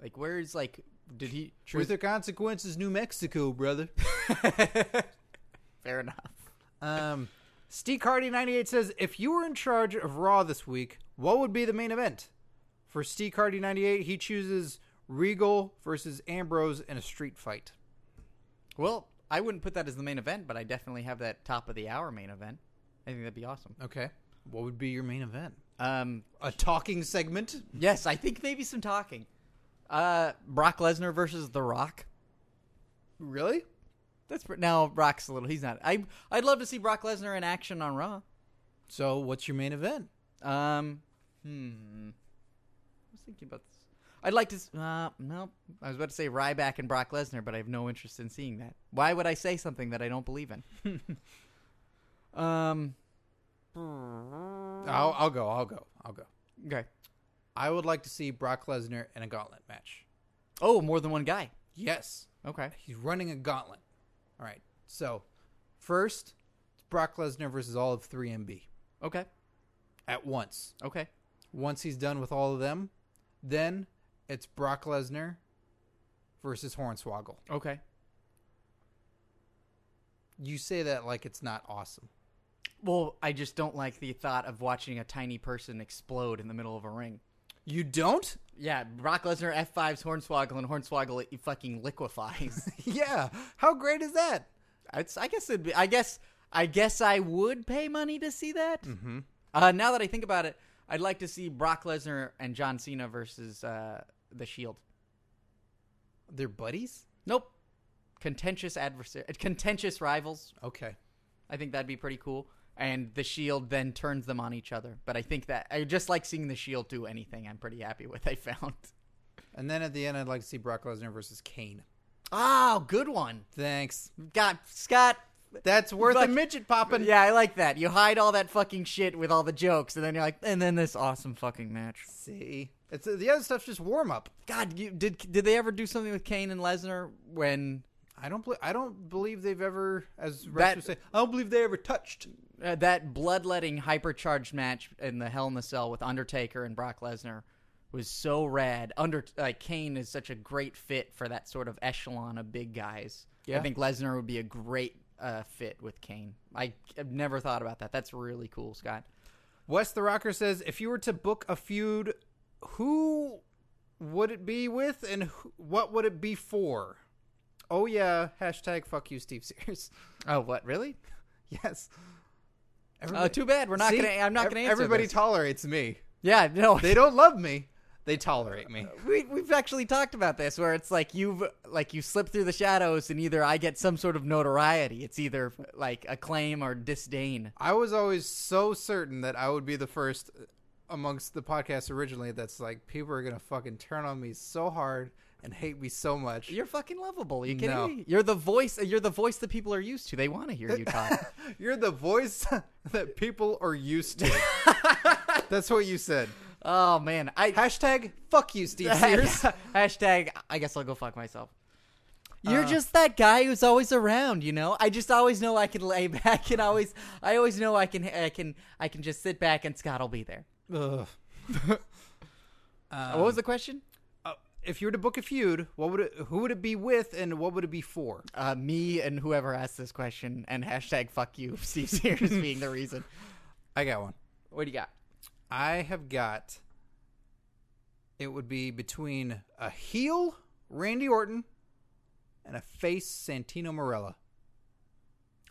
[SPEAKER 2] Like, where is like? Did he?
[SPEAKER 1] Truth or consequences, New Mexico, brother.
[SPEAKER 2] Fair enough.
[SPEAKER 1] um, Steve Cardi ninety eight says, if you were in charge of Raw this week, what would be the main event? For Steve Cardi ninety eight, he chooses Regal versus Ambrose in a street fight.
[SPEAKER 2] Well, I wouldn't put that as the main event, but I definitely have that top of the hour main event. I think that'd be awesome.
[SPEAKER 1] Okay, what would be your main event?
[SPEAKER 2] Um,
[SPEAKER 1] A talking segment.
[SPEAKER 2] yes, I think maybe some talking. Uh, Brock Lesnar versus The Rock.
[SPEAKER 1] Really?
[SPEAKER 2] That's pr- now Brock's a little. He's not. I I'd love to see Brock Lesnar in action on Raw.
[SPEAKER 1] So, what's your main event?
[SPEAKER 2] Um, hmm. I was thinking about this. I'd like to. s- Uh, no, I was about to say Ryback and Brock Lesnar, but I have no interest in seeing that. Why would I say something that I don't believe in? um.
[SPEAKER 1] I'll, I'll go. I'll go. I'll go.
[SPEAKER 2] Okay.
[SPEAKER 1] I would like to see Brock Lesnar in a gauntlet match.
[SPEAKER 2] Oh, more than one guy.
[SPEAKER 1] Yes.
[SPEAKER 2] Okay.
[SPEAKER 1] He's running a gauntlet. All right. So, first, it's Brock Lesnar versus all of 3MB
[SPEAKER 2] Okay.
[SPEAKER 1] at once.
[SPEAKER 2] Okay.
[SPEAKER 1] Once he's done with all of them, then it's Brock Lesnar versus Hornswoggle.
[SPEAKER 2] Okay.
[SPEAKER 1] You say that like it's not awesome.
[SPEAKER 2] Well, I just don't like the thought of watching a tiny person explode in the middle of a ring.
[SPEAKER 1] You don't?
[SPEAKER 2] Yeah, Brock Lesnar F5's Hornswoggle, and Hornswoggle it fucking liquefies.
[SPEAKER 1] yeah. How great is that?
[SPEAKER 2] It's, I guess it'd be. I guess. I guess I would pay money to see that. Mm-hmm. Uh, now that I think about it, I'd like to see Brock Lesnar and John Cena versus uh, the Shield.
[SPEAKER 1] They're buddies?
[SPEAKER 2] Nope, contentious adversary, contentious rivals.
[SPEAKER 1] Okay.
[SPEAKER 2] I think that'd be pretty cool. And the Shield then turns them on each other. But I think that I just like seeing the Shield do anything. I'm pretty happy with. I found.
[SPEAKER 1] And then at the end, I'd like to see Brock Lesnar versus Kane.
[SPEAKER 2] Oh, good one.
[SPEAKER 1] Thanks.
[SPEAKER 2] God, Scott.
[SPEAKER 1] That's worth
[SPEAKER 2] Fuck.
[SPEAKER 1] a midget popping.
[SPEAKER 2] Yeah, I like that. You hide all that fucking shit with all the jokes, and then you're like, and then this awesome fucking match.
[SPEAKER 1] See? It's, the other stuff's just warm up.
[SPEAKER 2] God, you, did did they ever do something with Kane and Lesnar when
[SPEAKER 1] I don't believe I don't believe they've ever as
[SPEAKER 2] That-
[SPEAKER 1] wrestlers say I don't believe they ever touched.
[SPEAKER 2] uh, that bloodletting hypercharged match in the Hell in the Cell with Undertaker and Brock Lesnar was so rad. Under uh, Kane is such a great fit for that sort of echelon of big guys. I
[SPEAKER 1] Yeah.
[SPEAKER 2] think Lesnar would be a great uh, fit with Kane. I have never thought about that. That's really cool, Scott.
[SPEAKER 1] Wes the Rocker says, if you were to book a feud, who would it be with and who, what would it be for? Oh, yeah. Hashtag fuck you, Steve Sears.
[SPEAKER 2] Oh, what? Really?
[SPEAKER 1] yes. Uh,
[SPEAKER 2] Oh, too bad. We're not
[SPEAKER 1] See?
[SPEAKER 2] gonna. I'm not
[SPEAKER 1] Ev-
[SPEAKER 2] gonna answer.
[SPEAKER 1] Everybody
[SPEAKER 2] this.
[SPEAKER 1] tolerates me.
[SPEAKER 2] yeah. No.
[SPEAKER 1] They don't love me. They tolerate me.
[SPEAKER 2] we, we've actually talked about this where it's like you've like you slip through the shadows and either i get some sort of notoriety it's either like acclaim or disdain
[SPEAKER 1] I was always so certain that I would be the first amongst the podcast originally that's like people are gonna fucking turn on me so hard and hate me so much.
[SPEAKER 2] you're fucking lovable you kidding
[SPEAKER 1] No.
[SPEAKER 2] me you're the voice you're the voice that people are used to they want to hear you talk
[SPEAKER 1] You're the voice that people are used to. that's what you said.
[SPEAKER 2] oh man i
[SPEAKER 1] Hashtag fuck you, Steve Sears.
[SPEAKER 2] hashtag i guess i'll go fuck myself you're just that guy who's always around, you know. I just always know I can lay back and always, I always know I can, I can, I can just sit back and Scott'll be there.
[SPEAKER 1] Ugh.
[SPEAKER 2] what was the question?
[SPEAKER 1] Uh, if you were to book a feud, what would it, who would it be with and what would it be for?
[SPEAKER 2] uh, me and whoever asked this question and hashtag fuck you steve sears being the reason
[SPEAKER 1] I got one.
[SPEAKER 2] what do you got
[SPEAKER 1] I have got it would be between a heel Randy Orton and a face Santino Morella.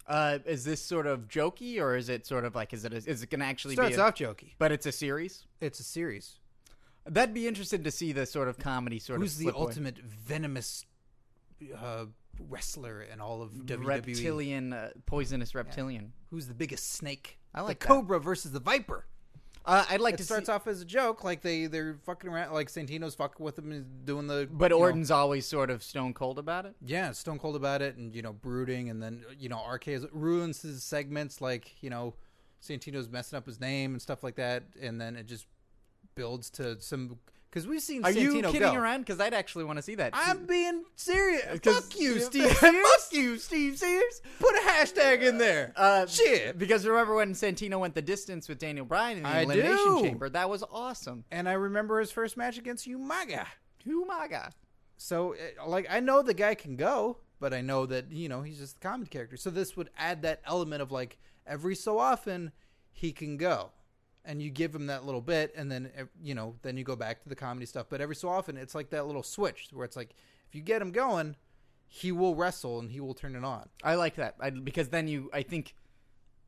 [SPEAKER 2] uh, is this sort of jokey or is it sort of like is it a, is it gonna actually
[SPEAKER 1] Starts
[SPEAKER 2] be a,
[SPEAKER 1] off jokey.
[SPEAKER 2] but it's a series
[SPEAKER 1] It's a series.
[SPEAKER 2] that'd be interesting to see the sort of comedy sort
[SPEAKER 1] Who's
[SPEAKER 2] of
[SPEAKER 1] the
[SPEAKER 2] flip way.
[SPEAKER 1] ultimate venomous uh, wrestler in all of WWE?
[SPEAKER 2] reptilian uh, poisonous reptilian
[SPEAKER 1] Who's the biggest snake?
[SPEAKER 2] I like
[SPEAKER 1] the
[SPEAKER 2] that.
[SPEAKER 1] Cobra versus the Viper.
[SPEAKER 2] uh, i'd like
[SPEAKER 1] It
[SPEAKER 2] to
[SPEAKER 1] starts
[SPEAKER 2] see,
[SPEAKER 1] off as a joke, like they they're fucking around, like Santino's fucking with him, and doing the
[SPEAKER 2] but
[SPEAKER 1] you know,
[SPEAKER 2] orton's always sort of stone cold about it
[SPEAKER 1] Yeah, Stone Cold about it, and you know, brooding, and then you know, RK is- ruins his segments, like you know, Santino's messing up his name and stuff like that, and then it just builds to some because we've seen.
[SPEAKER 2] are
[SPEAKER 1] Santino
[SPEAKER 2] you kidding
[SPEAKER 1] go.
[SPEAKER 2] around because i'd actually want to see that
[SPEAKER 1] I'm being serious.
[SPEAKER 2] 'Cause-
[SPEAKER 1] Fuck you, Steve.
[SPEAKER 2] fuck
[SPEAKER 1] Sears.
[SPEAKER 2] you steve sears
[SPEAKER 1] Put a hashtag in there.
[SPEAKER 2] Uh,
[SPEAKER 1] Shit.
[SPEAKER 2] Because remember when Santino went the distance with Daniel Bryan in the
[SPEAKER 1] I
[SPEAKER 2] Elimination
[SPEAKER 1] do.
[SPEAKER 2] Chamber? That was awesome.
[SPEAKER 1] And I remember his first match against Umaga.
[SPEAKER 2] Oh my god.
[SPEAKER 1] So, it- like, I know the guy can go, but I know that you know he's just the comedy character. So this would add that element of like every so often he can go, and you give him that little bit, and then eh, you know then you go back to the comedy stuff. But every so often it's like that little switch where it's like if you get him going, he will wrestle and he will turn it on.
[SPEAKER 2] I like that I, because then you, I think,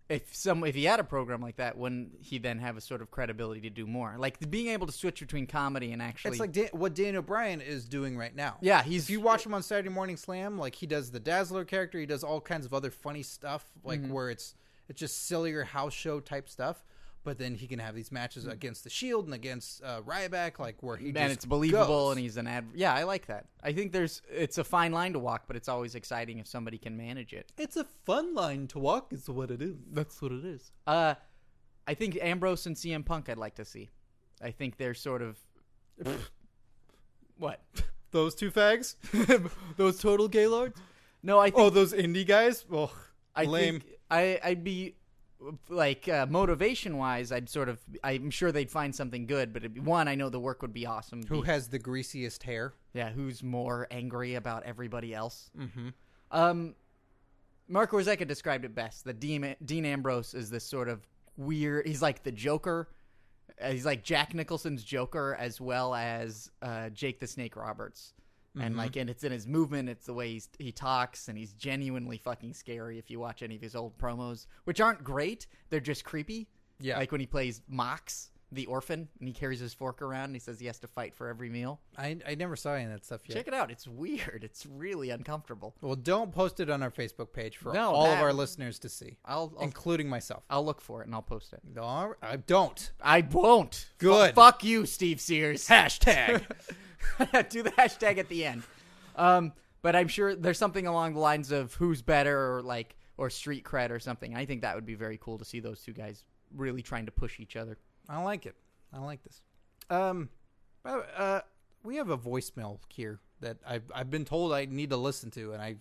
[SPEAKER 2] if some if he had a program like that, wouldn't he then have a sort of credibility to do more? Like the- being able to switch between comedy and actually,
[SPEAKER 1] It's like Dan- what Daniel Bryan is doing right now.
[SPEAKER 2] yeah, he's
[SPEAKER 1] If you watch him on Saturday Morning Slam, like he does the Dazzler character, he does all kinds of other funny stuff, like
[SPEAKER 2] Mm-hmm.
[SPEAKER 1] where it's it's just sillier house show type stuff. But then he can have these matches against the Shield and against uh, Ryback, like where he
[SPEAKER 2] Mm. and
[SPEAKER 1] just
[SPEAKER 2] it's believable,
[SPEAKER 1] goes.
[SPEAKER 2] and he's an ad. Yeah, I like that. I think there's it's a fine line to walk, but it's always exciting if somebody can manage it.
[SPEAKER 1] it's a fun line to walk, is what it is.
[SPEAKER 2] That's what it is. Uh, I think Ambrose and CM Punk, I'd like to see. I think they're sort of what
[SPEAKER 1] Those two fags,
[SPEAKER 2] those total gaylords. No, I think
[SPEAKER 1] oh, those indie guys, oh,
[SPEAKER 2] I
[SPEAKER 1] lame.
[SPEAKER 2] Think I I'd be like uh, motivation wise, I'd sort of. I'm sure they'd find something good, but it'd be, one, I know the work would be awesome.
[SPEAKER 1] Who
[SPEAKER 2] Be-
[SPEAKER 1] has the greasiest hair?
[SPEAKER 2] yeah, who's more angry about everybody else? Mm-hmm. Um, Mark Warzeka described it best. That Dean, Dean Ambrose is this sort of weird. He's like the Joker. Uh, He's like Jack Nicholson's Joker as well as uh, Jake the Snake Roberts. And like, and it's in his movement. It's the way he's, he talks, and he's genuinely fucking scary. If you watch any of his old promos, which aren't great, they're just creepy.
[SPEAKER 1] Yeah.
[SPEAKER 2] like when he plays Mox, the orphan, and he carries his fork around. and He says he has to fight for every meal.
[SPEAKER 1] I I never saw any of that stuff yet.
[SPEAKER 2] Check it out. It's weird. It's really uncomfortable.
[SPEAKER 1] Well, don't post it on our Facebook page for
[SPEAKER 2] No,
[SPEAKER 1] all of
[SPEAKER 2] that-
[SPEAKER 1] our listeners to see,
[SPEAKER 2] I'll I'll,
[SPEAKER 1] including myself.
[SPEAKER 2] I'll look for it and I'll post it.
[SPEAKER 1] No, I don't.
[SPEAKER 2] I won't. Fu-
[SPEAKER 1] Good.
[SPEAKER 2] fuck you, Steve Sears.
[SPEAKER 1] Hashtag.
[SPEAKER 2] Do the hashtag at the end. Um, but I'm sure there's something along the lines of who's better or like or street cred or something. I think that would be very cool to see those two guys really trying to push each other.
[SPEAKER 1] I like it. I like this. Um, by the way, uh, we have a voicemail here that I've I've been told I need to listen to, and I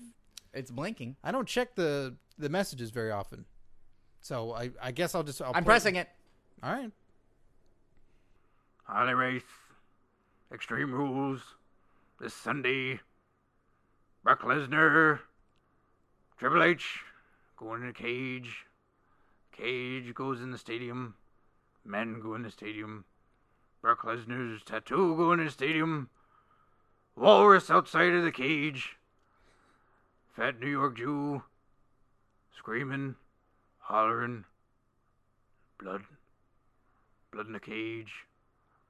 [SPEAKER 2] It's blinking.
[SPEAKER 1] I don't check the the messages very often, so I I guess I'll just I'll
[SPEAKER 2] I'm pressing it.
[SPEAKER 1] All right.
[SPEAKER 3] Harley Race, Extreme Rules, this Sunday, Brock Lesnar, Triple H going in a cage, Cage goes in the stadium, men go in the stadium. Brock Lesnar's tattoo go in the stadium. Walrus outside of the cage. Fat New York Jew screaming, hollering. Blood. Blood in the cage.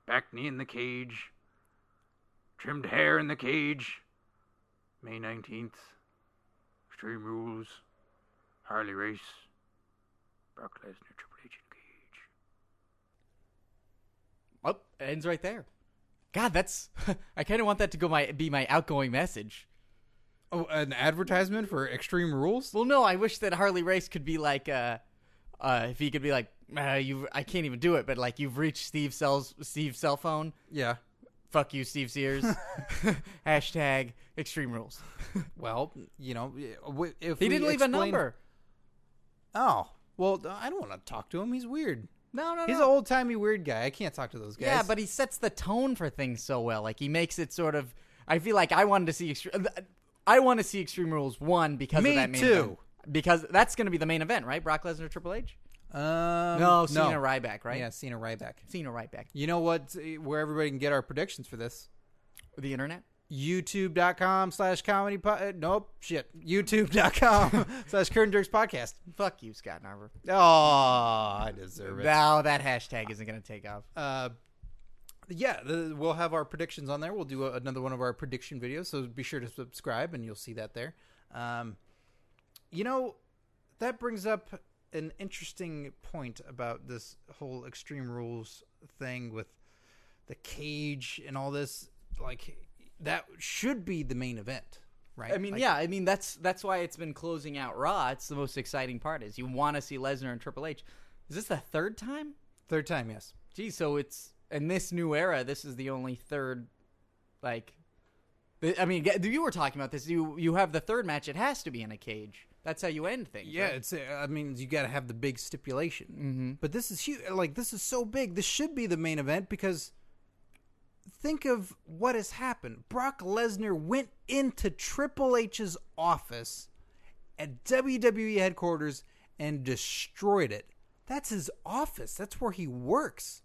[SPEAKER 3] Back knee in the cage. Trimmed hair in the cage. May 19th. Extreme Rules. Harley Race. Brock Lesnar, Triple H in cage.
[SPEAKER 2] Oh, it ends right there. God, that's. I kind of want that to go my be my outgoing message.
[SPEAKER 1] Oh, an advertisement for Extreme Rules?
[SPEAKER 2] Well, no, I wish that Harley Race could be like, uh, uh, if he could be like, uh, you, I can't even do it, but like, you've reached Steve Cell's Steve's cell phone.
[SPEAKER 1] Yeah.
[SPEAKER 2] Fuck you, Steve Sears. Hashtag Extreme Rules.
[SPEAKER 1] Well, you know, w- if
[SPEAKER 2] He
[SPEAKER 1] we
[SPEAKER 2] didn't leave a
[SPEAKER 1] explain-
[SPEAKER 2] number.
[SPEAKER 1] Oh, well, I don't want to talk to him. He's weird.
[SPEAKER 2] No, no, no.
[SPEAKER 1] He's an old timey weird guy. I can't talk to those guys.
[SPEAKER 2] Yeah, but he sets the tone for things so well. Like he makes it sort of. I feel like I wanted to see extreme. I want to see Extreme Rules one because
[SPEAKER 1] Me
[SPEAKER 2] of that main
[SPEAKER 1] too.
[SPEAKER 2] event. Because that's going to be the main event, right? Brock Lesnar, Triple H.
[SPEAKER 1] um,
[SPEAKER 2] No, Cena, Ryback, right?
[SPEAKER 1] Yeah, Cena Ryback.
[SPEAKER 2] Cena, Ryback.
[SPEAKER 1] You know what? eh, Where everybody can get our predictions for this?
[SPEAKER 2] The internet.
[SPEAKER 1] YouTube.com slash comedy. Po- uh, nope, shit. YouTube.com slash Curtain Jerks podcast.
[SPEAKER 2] Fuck you, Scott Narver.
[SPEAKER 1] Oh, I deserve it.
[SPEAKER 2] No, that hashtag isn't going to take off.
[SPEAKER 1] uh, yeah, the, we'll have our predictions on there. We'll do a, another one of our prediction videos, so be sure to subscribe, and you'll see that there. Um, you know, that brings up an interesting point about this whole Extreme Rules thing with the cage and all this. Like, that should be the main event, right?
[SPEAKER 2] I mean,
[SPEAKER 1] Like,
[SPEAKER 2] yeah, I mean that's that's why it's been closing out Raw. It's the most exciting part is you want to see Lesnar and Triple H. Is this the third time?
[SPEAKER 1] third time, yes.
[SPEAKER 2] Gee, so it's in this new era. This is the only third, like, th- I mean, get- you were talking about this. You you have the third match. It has to be in a cage. That's how you end things.
[SPEAKER 1] Yeah,
[SPEAKER 2] right?
[SPEAKER 1] it's. uh, I mean, you got to have the big stipulation. Mm-hmm. But this is huge. Like this is so big. This should be the main event because think of what has happened. Brock Lesnar went into Triple H's office at WWE headquarters and destroyed it. That's his office. That's where he works.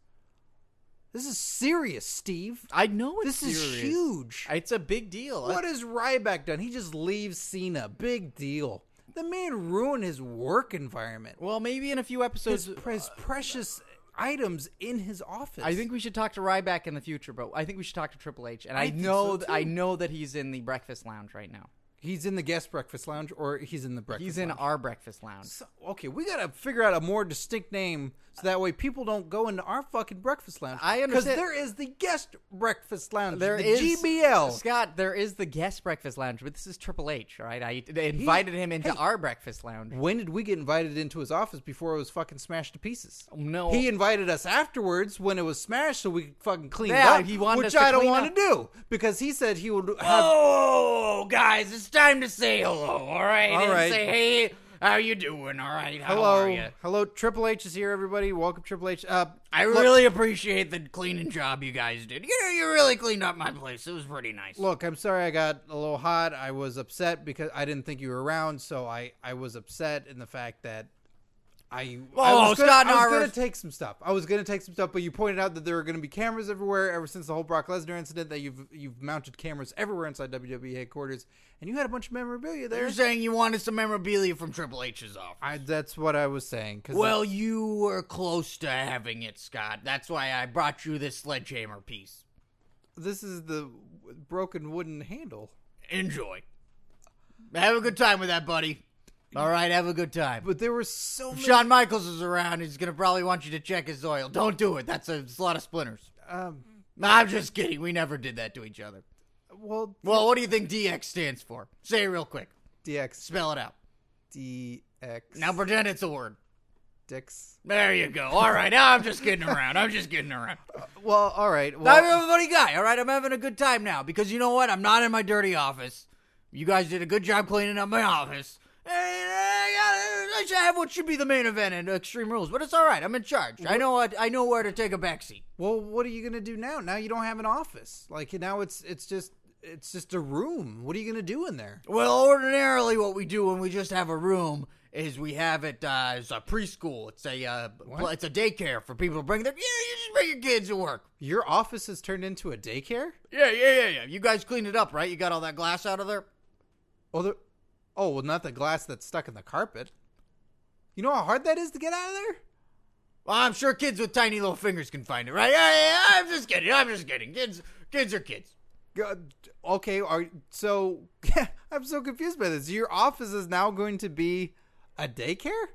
[SPEAKER 1] This is serious, Steve.
[SPEAKER 2] I know it's
[SPEAKER 1] This is
[SPEAKER 2] serious.
[SPEAKER 1] huge.
[SPEAKER 2] It's a big deal.
[SPEAKER 1] What has Ryback done? He just leaves Cena. Big deal. The man ruined his work environment.
[SPEAKER 2] well, maybe in a few episodes.
[SPEAKER 1] His, his precious items in his office.
[SPEAKER 2] I think we should talk to Ryback in the future, but I think we should talk to Triple H. And I,
[SPEAKER 1] I think
[SPEAKER 2] know
[SPEAKER 1] so,
[SPEAKER 2] th-
[SPEAKER 1] too.
[SPEAKER 2] I know that he's in the breakfast lounge right now.
[SPEAKER 1] he's in the guest breakfast lounge, or he's in the breakfast.
[SPEAKER 2] He's in
[SPEAKER 1] lounge.
[SPEAKER 2] our breakfast lounge.
[SPEAKER 1] So- okay, we gotta figure out a more distinct name so that way people don't go into our fucking breakfast lounge.
[SPEAKER 2] I understand-
[SPEAKER 1] because there is the guest breakfast lounge.
[SPEAKER 2] There
[SPEAKER 1] the
[SPEAKER 2] is
[SPEAKER 1] GBL.
[SPEAKER 2] Scott. There is the guest breakfast lounge, but this is Triple H. All right, I they invited him into
[SPEAKER 1] hey.
[SPEAKER 2] our breakfast lounge.
[SPEAKER 1] When did we get invited into his office before it was fucking smashed to pieces?
[SPEAKER 2] No.
[SPEAKER 1] He invited us afterwards when it was smashed so we could fucking clean
[SPEAKER 2] Yeah,
[SPEAKER 1] it up,
[SPEAKER 2] he wanted
[SPEAKER 1] which
[SPEAKER 2] us to
[SPEAKER 1] I don't
[SPEAKER 2] clean
[SPEAKER 1] want to
[SPEAKER 2] up.
[SPEAKER 1] do because he said he would have
[SPEAKER 2] Oh, guys, it's time to say hello. All right,
[SPEAKER 1] All
[SPEAKER 2] and
[SPEAKER 1] right.
[SPEAKER 2] say hey, how you doing? All right, how are
[SPEAKER 1] Hello,
[SPEAKER 2] you?
[SPEAKER 1] hello. Triple H is here, everybody. Welcome, Triple H. Uh,
[SPEAKER 2] I
[SPEAKER 1] look-
[SPEAKER 2] really appreciate the cleaning job you guys did. You you really cleaned up my place. It was pretty nice.
[SPEAKER 1] Look, I'm sorry I got a little hot. I was upset because I didn't think you were around, so I, I was upset in the fact that I, I
[SPEAKER 2] Oh,
[SPEAKER 1] was gonna,
[SPEAKER 2] Scott
[SPEAKER 1] I was
[SPEAKER 2] Narver.
[SPEAKER 1] gonna take some stuff. I was gonna take some stuff, but you pointed out that there are gonna be cameras everywhere ever since the whole Brock Lesnar incident. That you've you've mounted cameras everywhere inside WWE headquarters, and you had a bunch of memorabilia there.
[SPEAKER 2] You're saying you wanted some memorabilia from Triple H's office.
[SPEAKER 1] I, that's what I was saying. 'cause
[SPEAKER 2] Well, you were close to having it, Scott. That's why I brought you this sledgehammer piece.
[SPEAKER 1] this is the broken wooden handle.
[SPEAKER 2] Enjoy. Have a good time with that, buddy. All right, have a good time.
[SPEAKER 1] But there were so many.
[SPEAKER 2] Shawn Michaels is around. He's gonna probably want you to check his oil. Don't do it. That's a, it's a lot of splinters.
[SPEAKER 1] Um,
[SPEAKER 2] No, I'm just kidding. We never did that to each other.
[SPEAKER 1] well,
[SPEAKER 2] Well, what do you think DX stands for? Say it real quick.
[SPEAKER 1] DX
[SPEAKER 2] Spell it out.
[SPEAKER 1] DX
[SPEAKER 2] Now pretend it's a word.
[SPEAKER 1] Dix.
[SPEAKER 2] There you go. All right. Now I'm just kidding around. I'm just kidding around.
[SPEAKER 1] Well, all right.
[SPEAKER 2] I'm
[SPEAKER 1] Well,
[SPEAKER 2] a funny guy. All right. I'm having a good time now because you know what? I'm not in my dirty office. You guys did a good job cleaning up my office. And uh, I gotta- I should have what should be the main event in Extreme Rules, but it's all right. I'm in charge. I know. What, I know where to take a backseat.
[SPEAKER 1] well, what are you gonna do now? Now you don't have an office. Like now it's it's just it's just a room. What are you gonna do in there?
[SPEAKER 2] Well, ordinarily, what we do when we just have a room is we have it uh, as a preschool. It's a uh, pl- it's a daycare for people to bring their yeah. You just bring your kids to work.
[SPEAKER 1] Your office has turned into a daycare?
[SPEAKER 2] Yeah, yeah, yeah, yeah. You guys cleaned it up, right? You got all that glass out of there.
[SPEAKER 1] Oh, the, oh, well, not the glass that's stuck in the carpet. You know how hard that is to get out of there?
[SPEAKER 2] Well, I'm sure kids with tiny little fingers can find it, right? Yeah, yeah, yeah. I'm just kidding. I'm just kidding. Kids, kids are kids.
[SPEAKER 1] God, okay, are so I'm so confused by this. Your office is now going to be a daycare?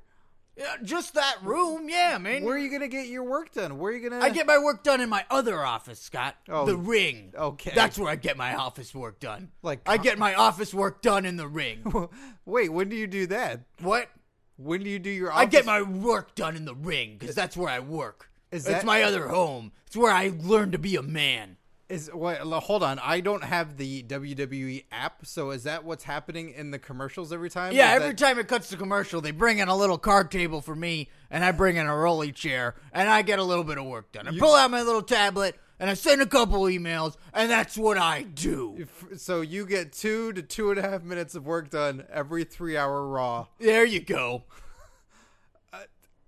[SPEAKER 2] Yeah, just that room. Yeah, man.
[SPEAKER 1] Where are you going to get your work done? Where are you going to
[SPEAKER 2] I get my work done in my other office, Scott.
[SPEAKER 1] Oh,
[SPEAKER 2] the ring.
[SPEAKER 1] okay.
[SPEAKER 2] That's where I get my office work done.
[SPEAKER 1] Like-
[SPEAKER 2] I get my office work done in the ring.
[SPEAKER 1] Wait, when do you do that?
[SPEAKER 2] what?
[SPEAKER 1] When do you do your office?
[SPEAKER 2] I get my work done in the ring because that's where I work.
[SPEAKER 1] Is
[SPEAKER 2] it's
[SPEAKER 1] that-
[SPEAKER 2] my other home. It's where I learned to be a man.
[SPEAKER 1] Is wait, l- hold on. I don't have the WWE app, so is that what's happening in the commercials every time?
[SPEAKER 2] Yeah,
[SPEAKER 1] Is
[SPEAKER 2] every
[SPEAKER 1] that-
[SPEAKER 2] time it cuts to commercial, they bring in a little card table for me, and I bring in a rolly chair, and I get a little bit of work done. I pull out my little tablet, and I send a couple emails, and that's what I do.
[SPEAKER 1] F- So you get two to two and a half minutes of work done every three hour Raw.
[SPEAKER 2] There you go.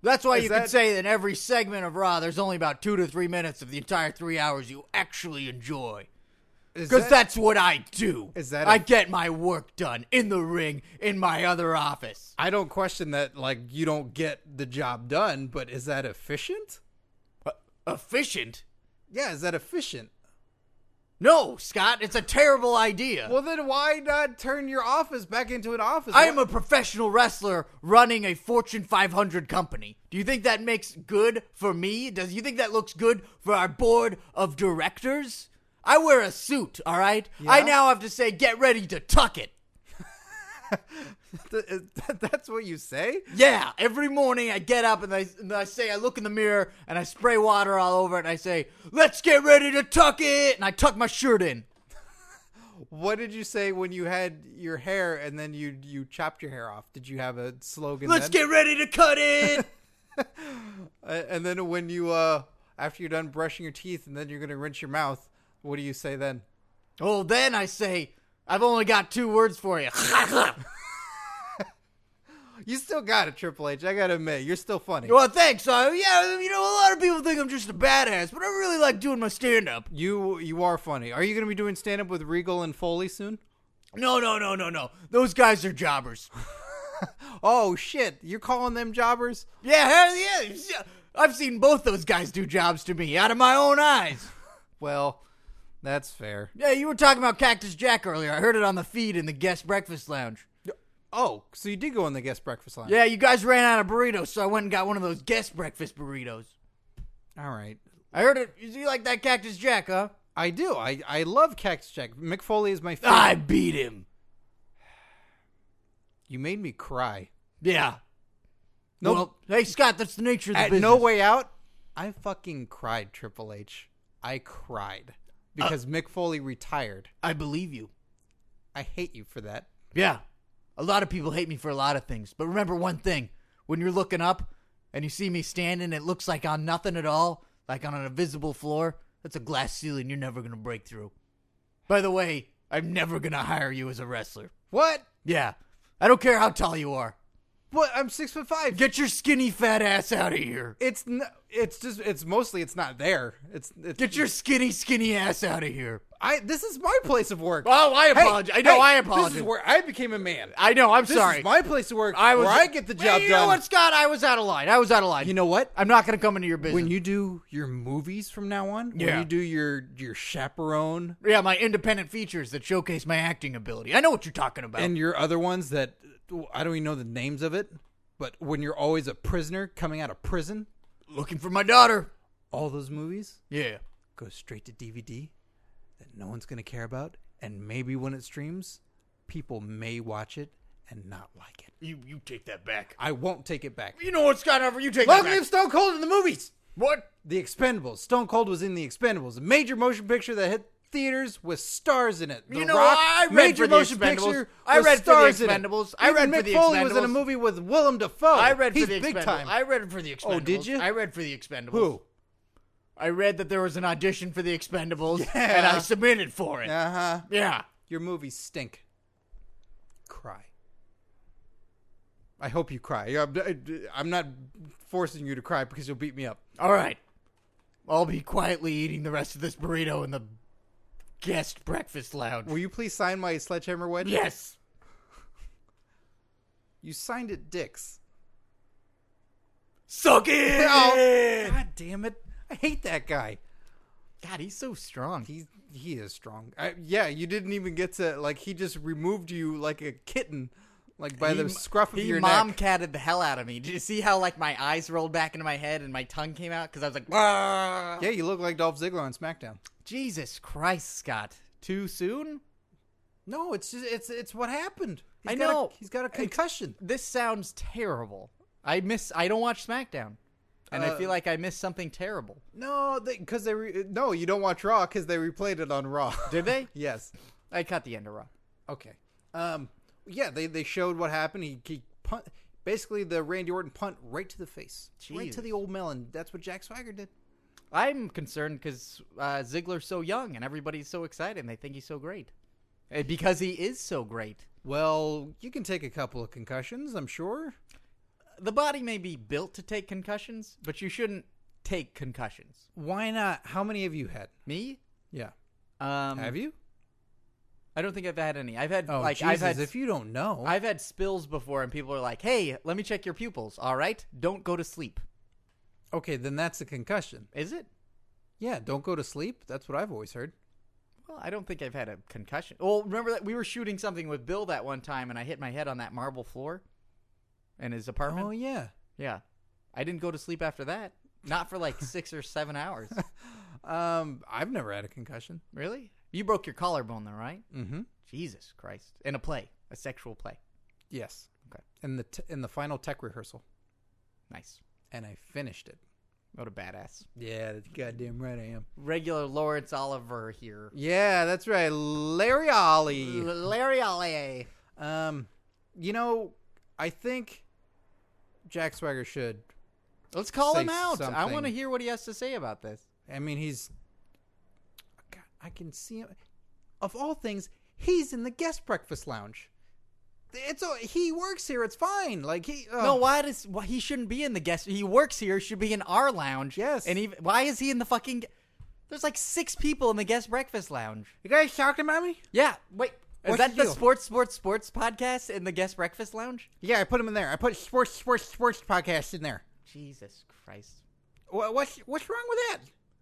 [SPEAKER 2] That's why
[SPEAKER 1] is
[SPEAKER 2] you can
[SPEAKER 1] that-
[SPEAKER 2] say that in every segment of Raw, there's only about two to three minutes of the entire three hours you actually enjoy.
[SPEAKER 1] Is
[SPEAKER 2] Because
[SPEAKER 1] that-
[SPEAKER 2] that's what I do.
[SPEAKER 1] Is that a-
[SPEAKER 2] I get my work done in the ring in my other office.
[SPEAKER 1] I don't question that. Like you don't get the job done, but is that efficient?
[SPEAKER 2] Efficient?
[SPEAKER 1] Yeah, is that efficient?
[SPEAKER 2] No, Scott, it's a terrible idea.
[SPEAKER 1] Well, then why not turn your office back into an office?
[SPEAKER 2] I am a professional wrestler running a Fortune 500 company. Do you think that makes good for me? Does you think that looks good for our board of directors? I wear a suit, all right? I
[SPEAKER 1] Yeah.
[SPEAKER 2] now have to say get ready to tuck it.
[SPEAKER 1] Th- that's what you say.
[SPEAKER 2] Yeah, every morning I get up and I, and I say, I look in the mirror and I spray water all over it and I say, let's get ready to tuck it. And I tuck my shirt in.
[SPEAKER 1] What did you say when you had your hair and then you you chopped your hair off? Did you have a slogan?
[SPEAKER 2] Let's
[SPEAKER 1] then?
[SPEAKER 2] get ready to cut it.
[SPEAKER 1] Uh, and then when you uh after you're done brushing your teeth and then you're gonna rinse your mouth, what do you say then?
[SPEAKER 2] well, then I say, I've only got two words for you.
[SPEAKER 1] You still got it, Triple H. I gotta admit, you're still funny.
[SPEAKER 2] well, thanks. Uh, yeah, you know, a lot of people think I'm just a badass, but I really like doing my stand up.
[SPEAKER 1] You you are funny. Are you gonna be doing stand up with Regal and Foley soon?
[SPEAKER 2] No, no, no, no, no. Those guys are jobbers.
[SPEAKER 1] Oh shit, you're calling them jobbers?
[SPEAKER 2] Yeah, hell yeah. yeah. I've seen both those guys do jobs to me out of my own eyes.
[SPEAKER 1] Well, that's fair.
[SPEAKER 2] Yeah, you were talking about Cactus Jack earlier. I heard it on the feed in the guest breakfast lounge.
[SPEAKER 1] Oh, so you did go on the guest breakfast line?
[SPEAKER 2] Yeah, you guys ran out of burritos, so I went and got one of those guest breakfast burritos.
[SPEAKER 1] All right.
[SPEAKER 2] I heard it. You like that Cactus Jack, huh?
[SPEAKER 1] I do. I I love Cactus Jack. Mick Foley is my favorite.
[SPEAKER 2] Ah, I beat him.
[SPEAKER 1] You made me cry.
[SPEAKER 2] Yeah.
[SPEAKER 1] No,
[SPEAKER 2] Well, hey Scott, that's the nature of the
[SPEAKER 1] at
[SPEAKER 2] business.
[SPEAKER 1] No Way Out, I fucking cried. Triple H, I
[SPEAKER 2] Uh,
[SPEAKER 1] cried because Mick Foley retired.
[SPEAKER 2] I believe you.
[SPEAKER 1] I hate you for that.
[SPEAKER 2] Yeah. A lot of people hate me for a lot of things, but remember one thing: when you're looking up and you see me standing, it looks like on nothing at all, like on an invisible floor. That's a glass ceiling you're never gonna break through. By the way, I'm never gonna hire you as a wrestler.
[SPEAKER 1] What?
[SPEAKER 2] Yeah. I don't care how tall you are.
[SPEAKER 1] What? I'm six foot five.
[SPEAKER 2] Get your skinny fat ass out of here.
[SPEAKER 1] It's n- it's just it's mostly it's not there. It's, it's
[SPEAKER 2] Get your skinny skinny ass out of here.
[SPEAKER 1] I this is my place of work.
[SPEAKER 2] Oh, I
[SPEAKER 1] Hey,
[SPEAKER 2] apologize. I know
[SPEAKER 1] hey,
[SPEAKER 2] I
[SPEAKER 1] This
[SPEAKER 2] apologize.
[SPEAKER 1] is where I became a man.
[SPEAKER 2] I know, I'm
[SPEAKER 1] This
[SPEAKER 2] sorry.
[SPEAKER 1] is my place of work.
[SPEAKER 2] I was
[SPEAKER 1] where I get the
[SPEAKER 2] Hey,
[SPEAKER 1] job
[SPEAKER 2] you
[SPEAKER 1] done.
[SPEAKER 2] know what, Scott? I was out of line. I was out of line.
[SPEAKER 1] You know what?
[SPEAKER 2] I'm not gonna come into your business.
[SPEAKER 1] When you do your movies from now on, when
[SPEAKER 2] Yeah.
[SPEAKER 1] you do your your chaperone
[SPEAKER 2] Yeah, my independent features that showcase my acting ability. I know what you're talking about.
[SPEAKER 1] and your other ones that I don't even know the names of it, but when you're always a prisoner coming out of prison,
[SPEAKER 2] looking for my daughter.
[SPEAKER 1] all those movies
[SPEAKER 2] Yeah.
[SPEAKER 1] go straight to DVD that no one's going to care about and maybe when it streams, people may watch it and not like it.
[SPEAKER 2] You you take that back.
[SPEAKER 1] I won't take it back.
[SPEAKER 2] You know what, Scott Harper, you take
[SPEAKER 1] Long
[SPEAKER 2] that back.
[SPEAKER 1] live Stone Cold in the movies.
[SPEAKER 2] what?
[SPEAKER 1] The Expendables. Stone Cold was in The Expendables, a major motion picture that hit theaters with stars in it. The
[SPEAKER 2] You know,
[SPEAKER 1] Rock,
[SPEAKER 2] I read
[SPEAKER 1] major
[SPEAKER 2] for The
[SPEAKER 1] motion
[SPEAKER 2] Expendables.
[SPEAKER 1] picture.
[SPEAKER 2] I
[SPEAKER 1] with
[SPEAKER 2] read for The
[SPEAKER 1] stars in it.
[SPEAKER 2] Expendables. I
[SPEAKER 1] Even
[SPEAKER 2] read for
[SPEAKER 1] Mick
[SPEAKER 2] The
[SPEAKER 1] Foley was in a
[SPEAKER 2] Expendables.
[SPEAKER 1] movie with Willem Dafoe.
[SPEAKER 2] I read
[SPEAKER 1] Oh, He's
[SPEAKER 2] for the
[SPEAKER 1] big
[SPEAKER 2] Expendables.
[SPEAKER 1] time.
[SPEAKER 2] I read for the Expendables.
[SPEAKER 1] Oh, did you?
[SPEAKER 2] I read for the Expendables.
[SPEAKER 1] Who?
[SPEAKER 2] I read that there was an audition for the Expendables, and I submitted for it.
[SPEAKER 1] Uh huh.
[SPEAKER 2] Yeah.
[SPEAKER 1] Your movies stink. Cry. I I hope you cry. I'm- I'm not forcing you to cry because you'll beat me up.
[SPEAKER 2] All right. I'll be quietly eating the rest of this burrito in the guest breakfast lounge.
[SPEAKER 1] Will you please sign my sledgehammer wedge?
[SPEAKER 2] yes.
[SPEAKER 1] You signed it, Dix.
[SPEAKER 2] Suck it. Eh.
[SPEAKER 1] Oh, God damn it! I hate that guy.
[SPEAKER 2] God, he's so strong. He,
[SPEAKER 1] He he is strong. I, yeah, you didn't even get to like. He just removed you like a kitten, like by the scruff of
[SPEAKER 2] he
[SPEAKER 1] your
[SPEAKER 2] mom
[SPEAKER 1] neck.
[SPEAKER 2] catted the hell out of me. Did you see how like my eyes rolled back into my head and my tongue came out because I was like, "Ah."
[SPEAKER 1] Yeah, you look like Dolph Ziggler on SmackDown.
[SPEAKER 2] Jesus Christ, Scott, too soon.
[SPEAKER 1] No, it's just, it's it's what happened. He's
[SPEAKER 2] I
[SPEAKER 1] got a-
[SPEAKER 2] know.
[SPEAKER 1] he's got a concussion.
[SPEAKER 2] This sounds terrible. I miss. I don't watch SmackDown, and I
[SPEAKER 1] Uh,
[SPEAKER 2] feel like I missed something terrible.
[SPEAKER 1] No, because they, re- no, you don't watch Raw because they replayed it on Raw.
[SPEAKER 2] Did they?
[SPEAKER 1] yes.
[SPEAKER 2] I cut the end of Raw.
[SPEAKER 1] Okay. Um. Yeah, they they showed what happened. He, he punt basically the Randy Orton punt right to the face, right to
[SPEAKER 2] Jesus.
[SPEAKER 1] the old melon. That's what Jack Swagger did.
[SPEAKER 2] I'm concerned because uh, Ziggler's so young and everybody's so excited and they think he's so great. Uh, Because he is so great.
[SPEAKER 1] Well, you can take a couple of concussions, I'm sure.
[SPEAKER 2] The body may be built to take concussions, but you shouldn't take concussions.
[SPEAKER 1] Why not? How many have you had?
[SPEAKER 2] Me?
[SPEAKER 1] Yeah.
[SPEAKER 2] Um,
[SPEAKER 1] have you?
[SPEAKER 2] I don't think I've had any. I've had
[SPEAKER 1] Oh,
[SPEAKER 2] like
[SPEAKER 1] Jesus!
[SPEAKER 2] I've had
[SPEAKER 1] if you don't know,
[SPEAKER 2] I've had spills before, and people are like, "Hey, let me check your pupils. All right, don't go to sleep."
[SPEAKER 1] okay, then that's a concussion.
[SPEAKER 2] Is it?
[SPEAKER 1] Yeah, don't go to sleep. That's what I've always heard.
[SPEAKER 2] Well, I don't think I've had a concussion. Well, remember that we were shooting something with Bill that one time, and I hit my head on that marble floor in his apartment.
[SPEAKER 1] Oh yeah.
[SPEAKER 2] Yeah. I didn't go to sleep after that. Not for like six or seven hours.
[SPEAKER 1] Um, I've never had a concussion.
[SPEAKER 2] Really? You broke your collarbone though, right?
[SPEAKER 1] Mm-hmm.
[SPEAKER 2] Jesus Christ. In a play. A sexual play.
[SPEAKER 1] Yes.
[SPEAKER 2] Okay.
[SPEAKER 1] In the t- in the final tech rehearsal,
[SPEAKER 2] Nice.
[SPEAKER 1] and I finished it.
[SPEAKER 2] What a badass.
[SPEAKER 1] Yeah, that's goddamn right I am.
[SPEAKER 2] Regular Lawrence Oliver here.
[SPEAKER 1] Yeah, that's right, Larry Ollie.
[SPEAKER 2] Larry Ollie.
[SPEAKER 1] Um, you know, I think Jack Swagger should.
[SPEAKER 2] Let's call
[SPEAKER 1] Say
[SPEAKER 2] him out. I
[SPEAKER 1] something.
[SPEAKER 2] want to hear what he has to say about this.
[SPEAKER 1] I mean, he's. God, I can see him. Of all things, he's in the guest breakfast lounge. It's a, he works here. It's fine. Like he. Uh,
[SPEAKER 2] No, why does why, he shouldn't be in the guest? He works here. Should be in our lounge.
[SPEAKER 1] Yes.
[SPEAKER 2] And even why is he in the fucking? There's like six people in the guest breakfast lounge.
[SPEAKER 1] You guys talking about me?
[SPEAKER 2] Yeah. Wait. Is
[SPEAKER 1] What's
[SPEAKER 2] that
[SPEAKER 1] the
[SPEAKER 2] the
[SPEAKER 1] deal?
[SPEAKER 2] sports, sports, sports podcast in the guest breakfast lounge?
[SPEAKER 1] Yeah, I put him in there. I put sports, sports, sports podcast in there.
[SPEAKER 2] Jesus Christ.
[SPEAKER 1] Wha- What's what's wrong with that?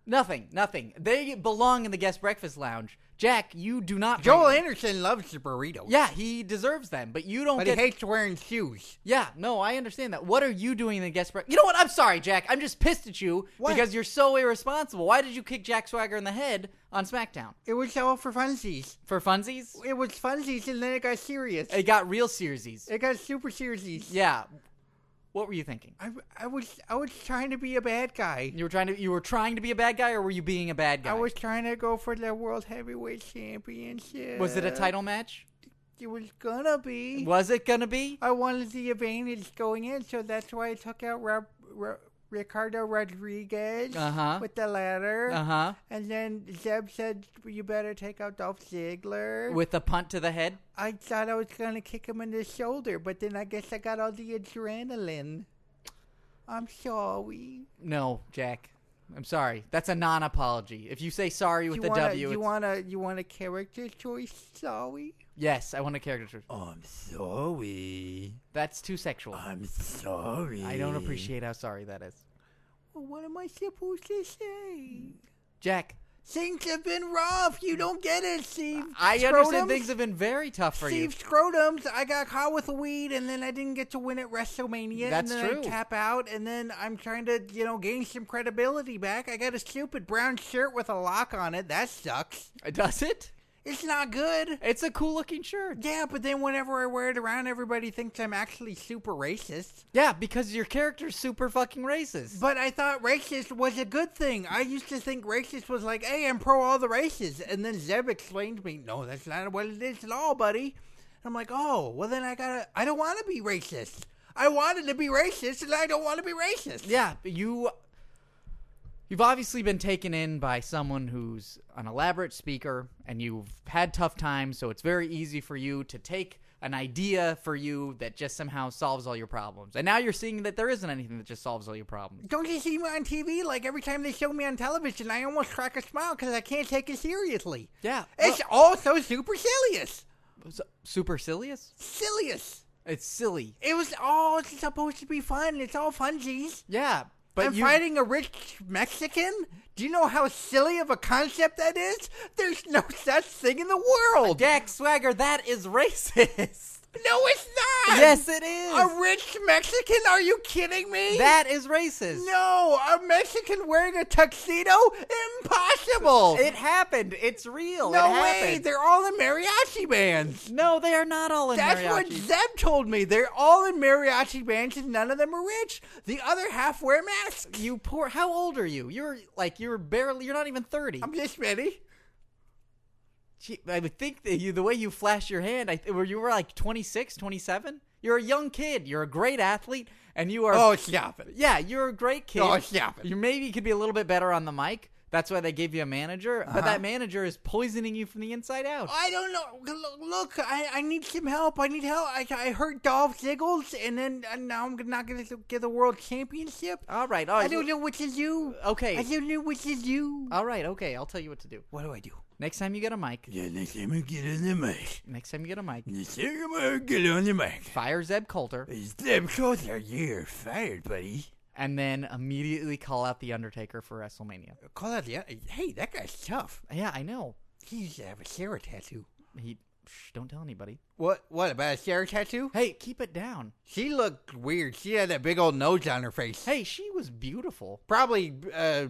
[SPEAKER 2] Nothing, nothing. They belong in the guest breakfast lounge. Jack, you do not.
[SPEAKER 1] Joel Anderson loves the burritos.
[SPEAKER 2] yeah, he deserves them, but you don't
[SPEAKER 1] but
[SPEAKER 2] get.
[SPEAKER 1] he hates wearing shoes.
[SPEAKER 2] yeah, no, I understand that. What are you doing in the guest breakfast? You know what? I'm sorry, Jack. I'm just pissed at you
[SPEAKER 1] What?
[SPEAKER 2] because you're so irresponsible. Why did you kick Jack Swagger in the head on SmackDown
[SPEAKER 1] It was all for funsies.
[SPEAKER 2] for funsies?
[SPEAKER 1] It was funsies, and then it got serious.
[SPEAKER 2] It got real seriesies.
[SPEAKER 1] It got super serious.
[SPEAKER 2] Yeah. What were you thinking?
[SPEAKER 1] I, I was I was trying to be a bad guy.
[SPEAKER 2] You were trying to. You were trying to be a bad guy, or were you being a bad guy?
[SPEAKER 1] I was trying to go for the world heavyweight championship.
[SPEAKER 2] Was it a title match?
[SPEAKER 1] It was gonna be.
[SPEAKER 2] Was it gonna be?
[SPEAKER 1] I wanted the advantage going in, so that's why I took out Rob, Ro- Ricardo Rodriguez
[SPEAKER 2] Uh-huh.
[SPEAKER 1] with the ladder.
[SPEAKER 2] Uh huh.
[SPEAKER 1] And then Zeb said, "You better take out Dolph Ziggler."
[SPEAKER 2] With a punt to the head.
[SPEAKER 1] I thought I was gonna kick him in the shoulder, but then I guess I got all the adrenaline. I'm sorry.
[SPEAKER 2] No, Jack. I'm sorry. That's a non-apology. If you say sorry with
[SPEAKER 1] you
[SPEAKER 2] a
[SPEAKER 1] want
[SPEAKER 2] W,
[SPEAKER 1] you
[SPEAKER 2] it's-
[SPEAKER 1] want a you want a character choice? Sorry.
[SPEAKER 2] yes, I want a character. choice.
[SPEAKER 1] I'm sorry.
[SPEAKER 2] That's too sexual.
[SPEAKER 1] I'm sorry.
[SPEAKER 2] I don't appreciate how sorry that is.
[SPEAKER 1] Well, what am I supposed to say?
[SPEAKER 2] Jack,
[SPEAKER 1] Things have been rough. You don't get it, Steve.
[SPEAKER 2] I
[SPEAKER 1] Scrotums?
[SPEAKER 2] understand things have been very tough for you.
[SPEAKER 1] Steve Scrotums, I got caught with weed, and then I didn't get to win at WrestleMania.
[SPEAKER 2] That's
[SPEAKER 1] and then
[SPEAKER 2] true.
[SPEAKER 1] I tap out, and then I'm trying to, you know, gain some credibility back. I got a stupid brown shirt with a lock on it. That sucks.
[SPEAKER 2] Does it?
[SPEAKER 1] It's not good.
[SPEAKER 2] It's a cool looking shirt.
[SPEAKER 1] Yeah, but then whenever I wear it around, everybody thinks I'm actually super racist.
[SPEAKER 2] Yeah, because your character's super fucking racist.
[SPEAKER 1] But I thought racist was a good thing. I used to think racist was like, hey, I'm pro all the races. And then Zeb explained to me, no, that's not what it is at all, buddy. And I'm like, oh, well, then I gotta, I don't wanna be racist. I wanted to be racist and I don't wanna be racist.
[SPEAKER 2] yeah, but you you've obviously been taken in by someone who's an elaborate speaker and you've had tough times, so it's very easy for you to take an idea for you that just somehow solves all your problems. And now you're seeing that there isn't anything that just solves all your problems.
[SPEAKER 1] Don't you see me on TV? Like every time they show me on television, I almost crack a smile because I can't take it seriously.
[SPEAKER 2] Yeah.
[SPEAKER 1] It's all so supercilious.
[SPEAKER 2] supercilious?
[SPEAKER 1] Sillious.
[SPEAKER 2] It's silly.
[SPEAKER 1] It was all supposed to be fun. It's all funsies.
[SPEAKER 2] Yeah. But
[SPEAKER 1] and
[SPEAKER 2] you,
[SPEAKER 1] fighting a rich Mexican? Do you know how silly of a concept that is? There's no such thing in the world.
[SPEAKER 2] Jack Swagger, that is racist.
[SPEAKER 1] No, it's not.
[SPEAKER 2] yes, it is.
[SPEAKER 1] A rich Mexican? Are you kidding me?
[SPEAKER 2] that is racist.
[SPEAKER 1] No, a Mexican wearing a tuxedo? Impossible.
[SPEAKER 2] It happened. It's real.
[SPEAKER 1] no
[SPEAKER 2] it
[SPEAKER 1] way.
[SPEAKER 2] happened.
[SPEAKER 1] They're all in mariachi bands.
[SPEAKER 2] No, they are not all in
[SPEAKER 1] That's what
[SPEAKER 2] mariachi.
[SPEAKER 1] Zeb told me. They're all in mariachi bands and none of them are rich. The other half wear masks.
[SPEAKER 2] you poor. How old are you? You're like you're barely. You're not even 30
[SPEAKER 1] I'm just ready.
[SPEAKER 2] Gee, I would think that you, the way you flash your hand, I th- were you were like 26, 27? You're a young kid. You're a great athlete, and you are.
[SPEAKER 1] Oh, stop it.
[SPEAKER 2] yeah, you're a great kid.
[SPEAKER 1] Oh, stop it.
[SPEAKER 2] You maybe could be a little bit better on the mic. That's why they gave you a manager,
[SPEAKER 1] Uh-huh.
[SPEAKER 2] but that manager is poisoning you from the inside out.
[SPEAKER 1] I don't know. Look, Look, I, I need some help. I need help. I, I hurt Dolph Ziggles, and then and now I'm not going to get the world championship.
[SPEAKER 2] All right, all right.
[SPEAKER 1] I don't know what to do.
[SPEAKER 2] Okay.
[SPEAKER 1] I don't know what to do.
[SPEAKER 2] All right, okay. I'll tell you what to do.
[SPEAKER 1] what do I do?
[SPEAKER 2] Next time you get a mic,
[SPEAKER 1] Yeah, next time I get on the mic.
[SPEAKER 2] next time you get a mic,
[SPEAKER 1] Next time I get on the mic.
[SPEAKER 2] fire Zeb Coulter,
[SPEAKER 1] It's them closer. You're fired, buddy.
[SPEAKER 2] and then immediately call out the Undertaker for WrestleMania.
[SPEAKER 1] Call out the. Hey, that guy's tough.
[SPEAKER 2] Yeah, I know.
[SPEAKER 1] He used to have a Sarah tattoo.
[SPEAKER 2] He shh, don't tell anybody.
[SPEAKER 1] What? What about a Sarah tattoo?
[SPEAKER 2] Hey, keep it down.
[SPEAKER 1] She looked weird. She had that big old nose on her face.
[SPEAKER 2] Hey, she was beautiful.
[SPEAKER 1] probably uh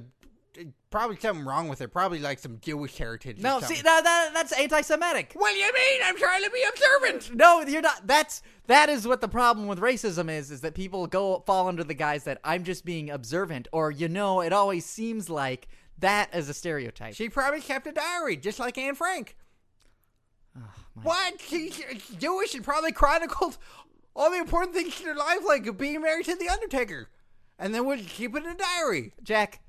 [SPEAKER 1] probably something wrong with her. Probably like some Jewish heritage. or
[SPEAKER 2] No,
[SPEAKER 1] something.
[SPEAKER 2] see, no, that, that's anti-Semitic.
[SPEAKER 1] What do you mean? I'm trying to be observant.
[SPEAKER 2] No, you're not. That's that is what the problem with racism is: is that people go fall under the guise that I'm just being observant, or you know, it always seems like that is a stereotype.
[SPEAKER 1] She probably kept a diary, just like Anne Frank. what? She's Jewish and probably chronicled all the important things in her life, like being married to the Undertaker, and then would keep it in a diary.
[SPEAKER 2] Jack,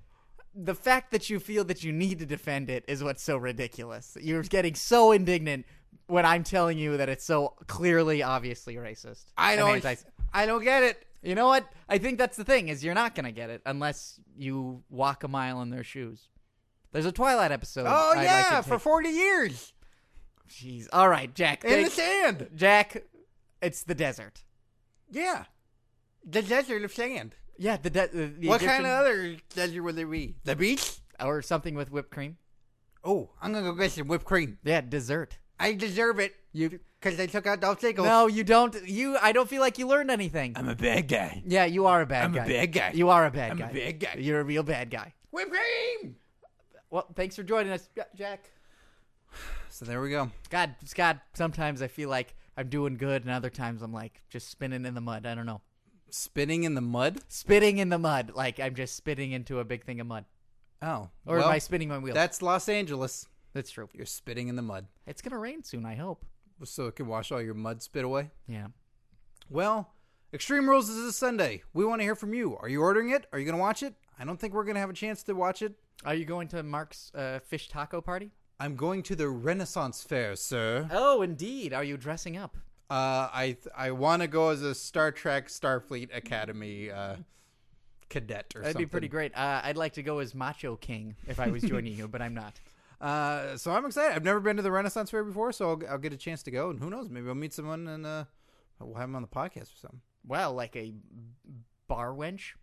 [SPEAKER 2] the fact that you feel that you need to defend it is what's so ridiculous. You're getting so indignant when I'm telling you that it's so clearly, obviously racist.
[SPEAKER 1] I
[SPEAKER 2] and
[SPEAKER 1] don't.
[SPEAKER 2] anti-
[SPEAKER 1] I don't get it.
[SPEAKER 2] you know what? I think that's the thing is you're not gonna get it unless you walk a mile in their shoes. There's a Twilight episode.
[SPEAKER 1] Oh
[SPEAKER 2] I'd
[SPEAKER 1] yeah,
[SPEAKER 2] like to
[SPEAKER 1] for
[SPEAKER 2] take-
[SPEAKER 1] forty years
[SPEAKER 2] jeez. All right, Jack.
[SPEAKER 1] in the
[SPEAKER 2] thank-
[SPEAKER 1] sand.
[SPEAKER 2] Jack, it's the desert.
[SPEAKER 1] Yeah, the desert of sand.
[SPEAKER 2] Yeah, the, de- the, the
[SPEAKER 1] what
[SPEAKER 2] Egyptian-
[SPEAKER 1] kind of other desert would there be? The beach?
[SPEAKER 2] or something with whipped cream?
[SPEAKER 1] Oh, I'm gonna go get some whipped cream.
[SPEAKER 2] Yeah, dessert.
[SPEAKER 1] I deserve it. You because they took out Dolph Ziggles.
[SPEAKER 2] No, you don't. You, I don't feel like you learned anything.
[SPEAKER 1] I'm a bad guy.
[SPEAKER 2] Yeah, you are a bad
[SPEAKER 1] I'm a
[SPEAKER 2] guy.
[SPEAKER 1] bad guy.
[SPEAKER 2] You are a bad
[SPEAKER 1] I'm a
[SPEAKER 2] guy.
[SPEAKER 1] bad guy.
[SPEAKER 2] You're a real bad guy.
[SPEAKER 1] Whipped cream.
[SPEAKER 2] Well, thanks for joining us, Ja- Jack.
[SPEAKER 1] So there we go.
[SPEAKER 2] God, Scott, sometimes I feel like I'm doing good, and other times I'm like just spinning in the mud. I don't know.
[SPEAKER 1] Spinning in the mud.
[SPEAKER 2] Spitting in the mud. Like I'm just spitting into a big thing of mud.
[SPEAKER 1] Oh,
[SPEAKER 2] Or
[SPEAKER 1] well,
[SPEAKER 2] am I spinning my wheel?
[SPEAKER 1] That's Los Angeles.
[SPEAKER 2] That's true.
[SPEAKER 1] You're spitting in the mud,
[SPEAKER 2] It's going to rain soon, I hope.
[SPEAKER 1] so it can wash all your mud spit away.
[SPEAKER 2] Yeah.
[SPEAKER 1] Well, Extreme Rules is this Sunday. We want to hear from you. Are you ordering it? Are you gonna watch it? I don't think we're gonna have a chance to watch it.
[SPEAKER 2] Are you going to Mark's uh, fish taco party?
[SPEAKER 1] I'm going to the Renaissance Fair, sir.
[SPEAKER 2] Oh, indeed. Are you dressing up?
[SPEAKER 1] Uh, I th- I want to go as a Star Trek Starfleet Academy uh, cadet or
[SPEAKER 2] That'd
[SPEAKER 1] something.
[SPEAKER 2] be pretty great. Uh, I'd like to go as Macho King if I was joining you, but I'm not.
[SPEAKER 1] Uh, so I'm excited. I've never been to the Renaissance Fair before, so I'll, I'll get a chance to go. And who knows? Maybe I'll meet someone and uh, we'll have them on the podcast or something.
[SPEAKER 2] Well, like a bar wench.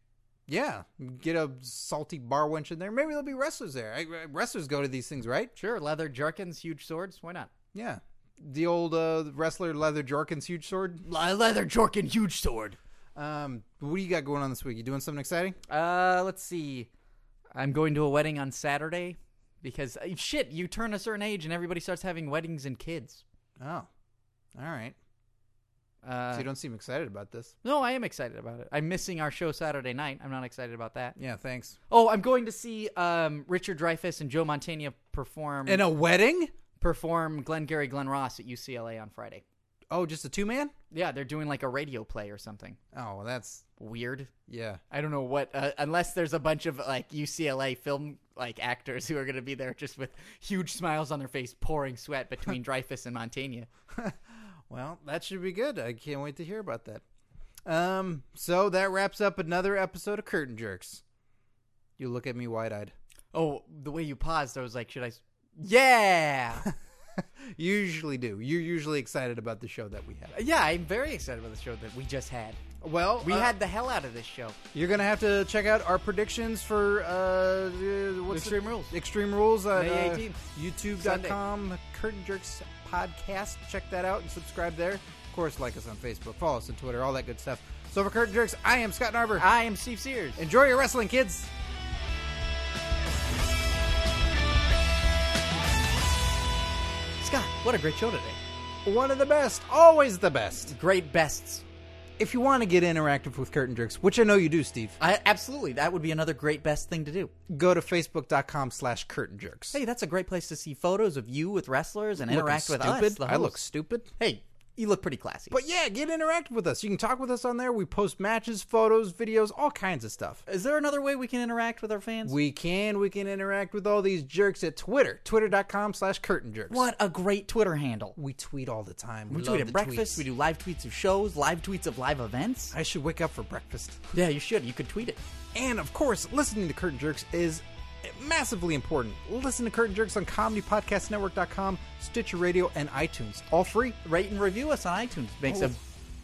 [SPEAKER 1] Yeah, get a salty bar wench in there. Maybe there'll be wrestlers there. I, I- wrestlers go to these things, right?
[SPEAKER 2] Sure, leather jerkins, huge swords. Why not?
[SPEAKER 1] Yeah. The old uh, wrestler leather jorkins huge sword.
[SPEAKER 2] leather jerkin, huge sword.
[SPEAKER 1] Um, what do you got going on this week? You doing something exciting?
[SPEAKER 2] Uh, let's see. I'm going to a wedding on Saturday because uh, shit, you turn a certain age and everybody starts having weddings and kids.
[SPEAKER 1] Oh, all right.
[SPEAKER 2] Uh,
[SPEAKER 1] So you don't seem excited about this.
[SPEAKER 2] no, I am excited about it. I'm missing our show Saturday night. I'm not excited about that.
[SPEAKER 1] Yeah, thanks.
[SPEAKER 2] Oh, I'm going to see um, Richard Dreyfuss and Joe Montana perform
[SPEAKER 1] In a wedding?
[SPEAKER 2] perform Glengarry Glen Ross at UCLA on Friday.
[SPEAKER 1] Oh, just a two man?
[SPEAKER 2] Yeah, they're doing like a radio play or something.
[SPEAKER 1] Oh, well, that's
[SPEAKER 2] Weird.
[SPEAKER 1] yeah.
[SPEAKER 2] I don't know what, uh, unless there's a bunch of like UCLA film like actors who are going to be there just with huge smiles on their face, pouring sweat between Dreyfus and Montaigne.
[SPEAKER 1] Well, that should be good. I can't wait to hear about that. Um, so that wraps up another episode of Curtain Jerks. You look at me wide eyed.
[SPEAKER 2] Oh, the way you paused, I was like, should I? s- Yeah,
[SPEAKER 1] You usually do. You're usually excited about the show that we have.
[SPEAKER 2] yeah. I'm very excited about the show that we just had.
[SPEAKER 1] Well,
[SPEAKER 2] We
[SPEAKER 1] uh,
[SPEAKER 2] had the hell out of this show.
[SPEAKER 1] You're gonna have to check out our predictions for uh, the- what's
[SPEAKER 2] Extreme
[SPEAKER 1] the-
[SPEAKER 2] Rules.
[SPEAKER 1] Extreme Rules at
[SPEAKER 2] May
[SPEAKER 1] uh,
[SPEAKER 2] 18th.
[SPEAKER 1] YouTube.com Curtain Jerks podcast. Check that out and subscribe there. Of course, like us on Facebook, follow us on Twitter, all that good stuff. So for Curtain Jerks, I am Scott Narber.
[SPEAKER 2] I am Steve Sears.
[SPEAKER 1] Enjoy your wrestling, kids.
[SPEAKER 2] Scott, what a great show today.
[SPEAKER 1] One of the best, always the best.
[SPEAKER 2] Great bests.
[SPEAKER 1] If you want to get interactive with Curtain Jerks, which I know you do, Steve,
[SPEAKER 2] I, absolutely, that would be another great best thing to do.
[SPEAKER 1] go to facebook.com slash curtain jerks.
[SPEAKER 2] Hey, that's a great place to see photos of you with wrestlers and
[SPEAKER 1] Looking
[SPEAKER 2] interact with
[SPEAKER 1] stupid.
[SPEAKER 2] us. the
[SPEAKER 1] I look
[SPEAKER 2] hosts.
[SPEAKER 1] stupid.
[SPEAKER 2] Hey, you look pretty classy.
[SPEAKER 1] But yeah, get interactive with us. You can talk with us on there. We post matches, photos, videos, all kinds of stuff.
[SPEAKER 2] is there another way we can interact with our fans?
[SPEAKER 1] We can we can interact with all these jerks at Twitter. Twitter.com slash curtain jerks.
[SPEAKER 2] what a great Twitter handle.
[SPEAKER 1] We tweet all the time.
[SPEAKER 2] We
[SPEAKER 1] love
[SPEAKER 2] tweet
[SPEAKER 1] the
[SPEAKER 2] at breakfast.
[SPEAKER 1] tweets.
[SPEAKER 2] We do live tweets of shows, live tweets of live events.
[SPEAKER 1] I should wake up for breakfast.
[SPEAKER 2] Yeah, you should. You could tweet it.
[SPEAKER 1] And of course, listening to Curtain Jerks is massively important. Listen to Curtain Jerks on comedypodcastnetwork.com, Stitcher Radio, and iTunes. All free.
[SPEAKER 2] Rate and review us on iTunes. Makes
[SPEAKER 1] Oh.
[SPEAKER 2] a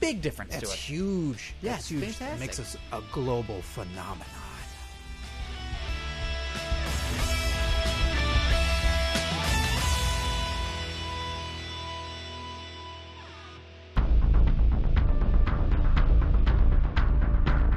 [SPEAKER 2] big difference to
[SPEAKER 1] That's
[SPEAKER 2] us.
[SPEAKER 1] huge.
[SPEAKER 2] Yeah,
[SPEAKER 1] That's
[SPEAKER 2] it's
[SPEAKER 1] huge.
[SPEAKER 2] fantastic.
[SPEAKER 1] It makes us a global phenomenon.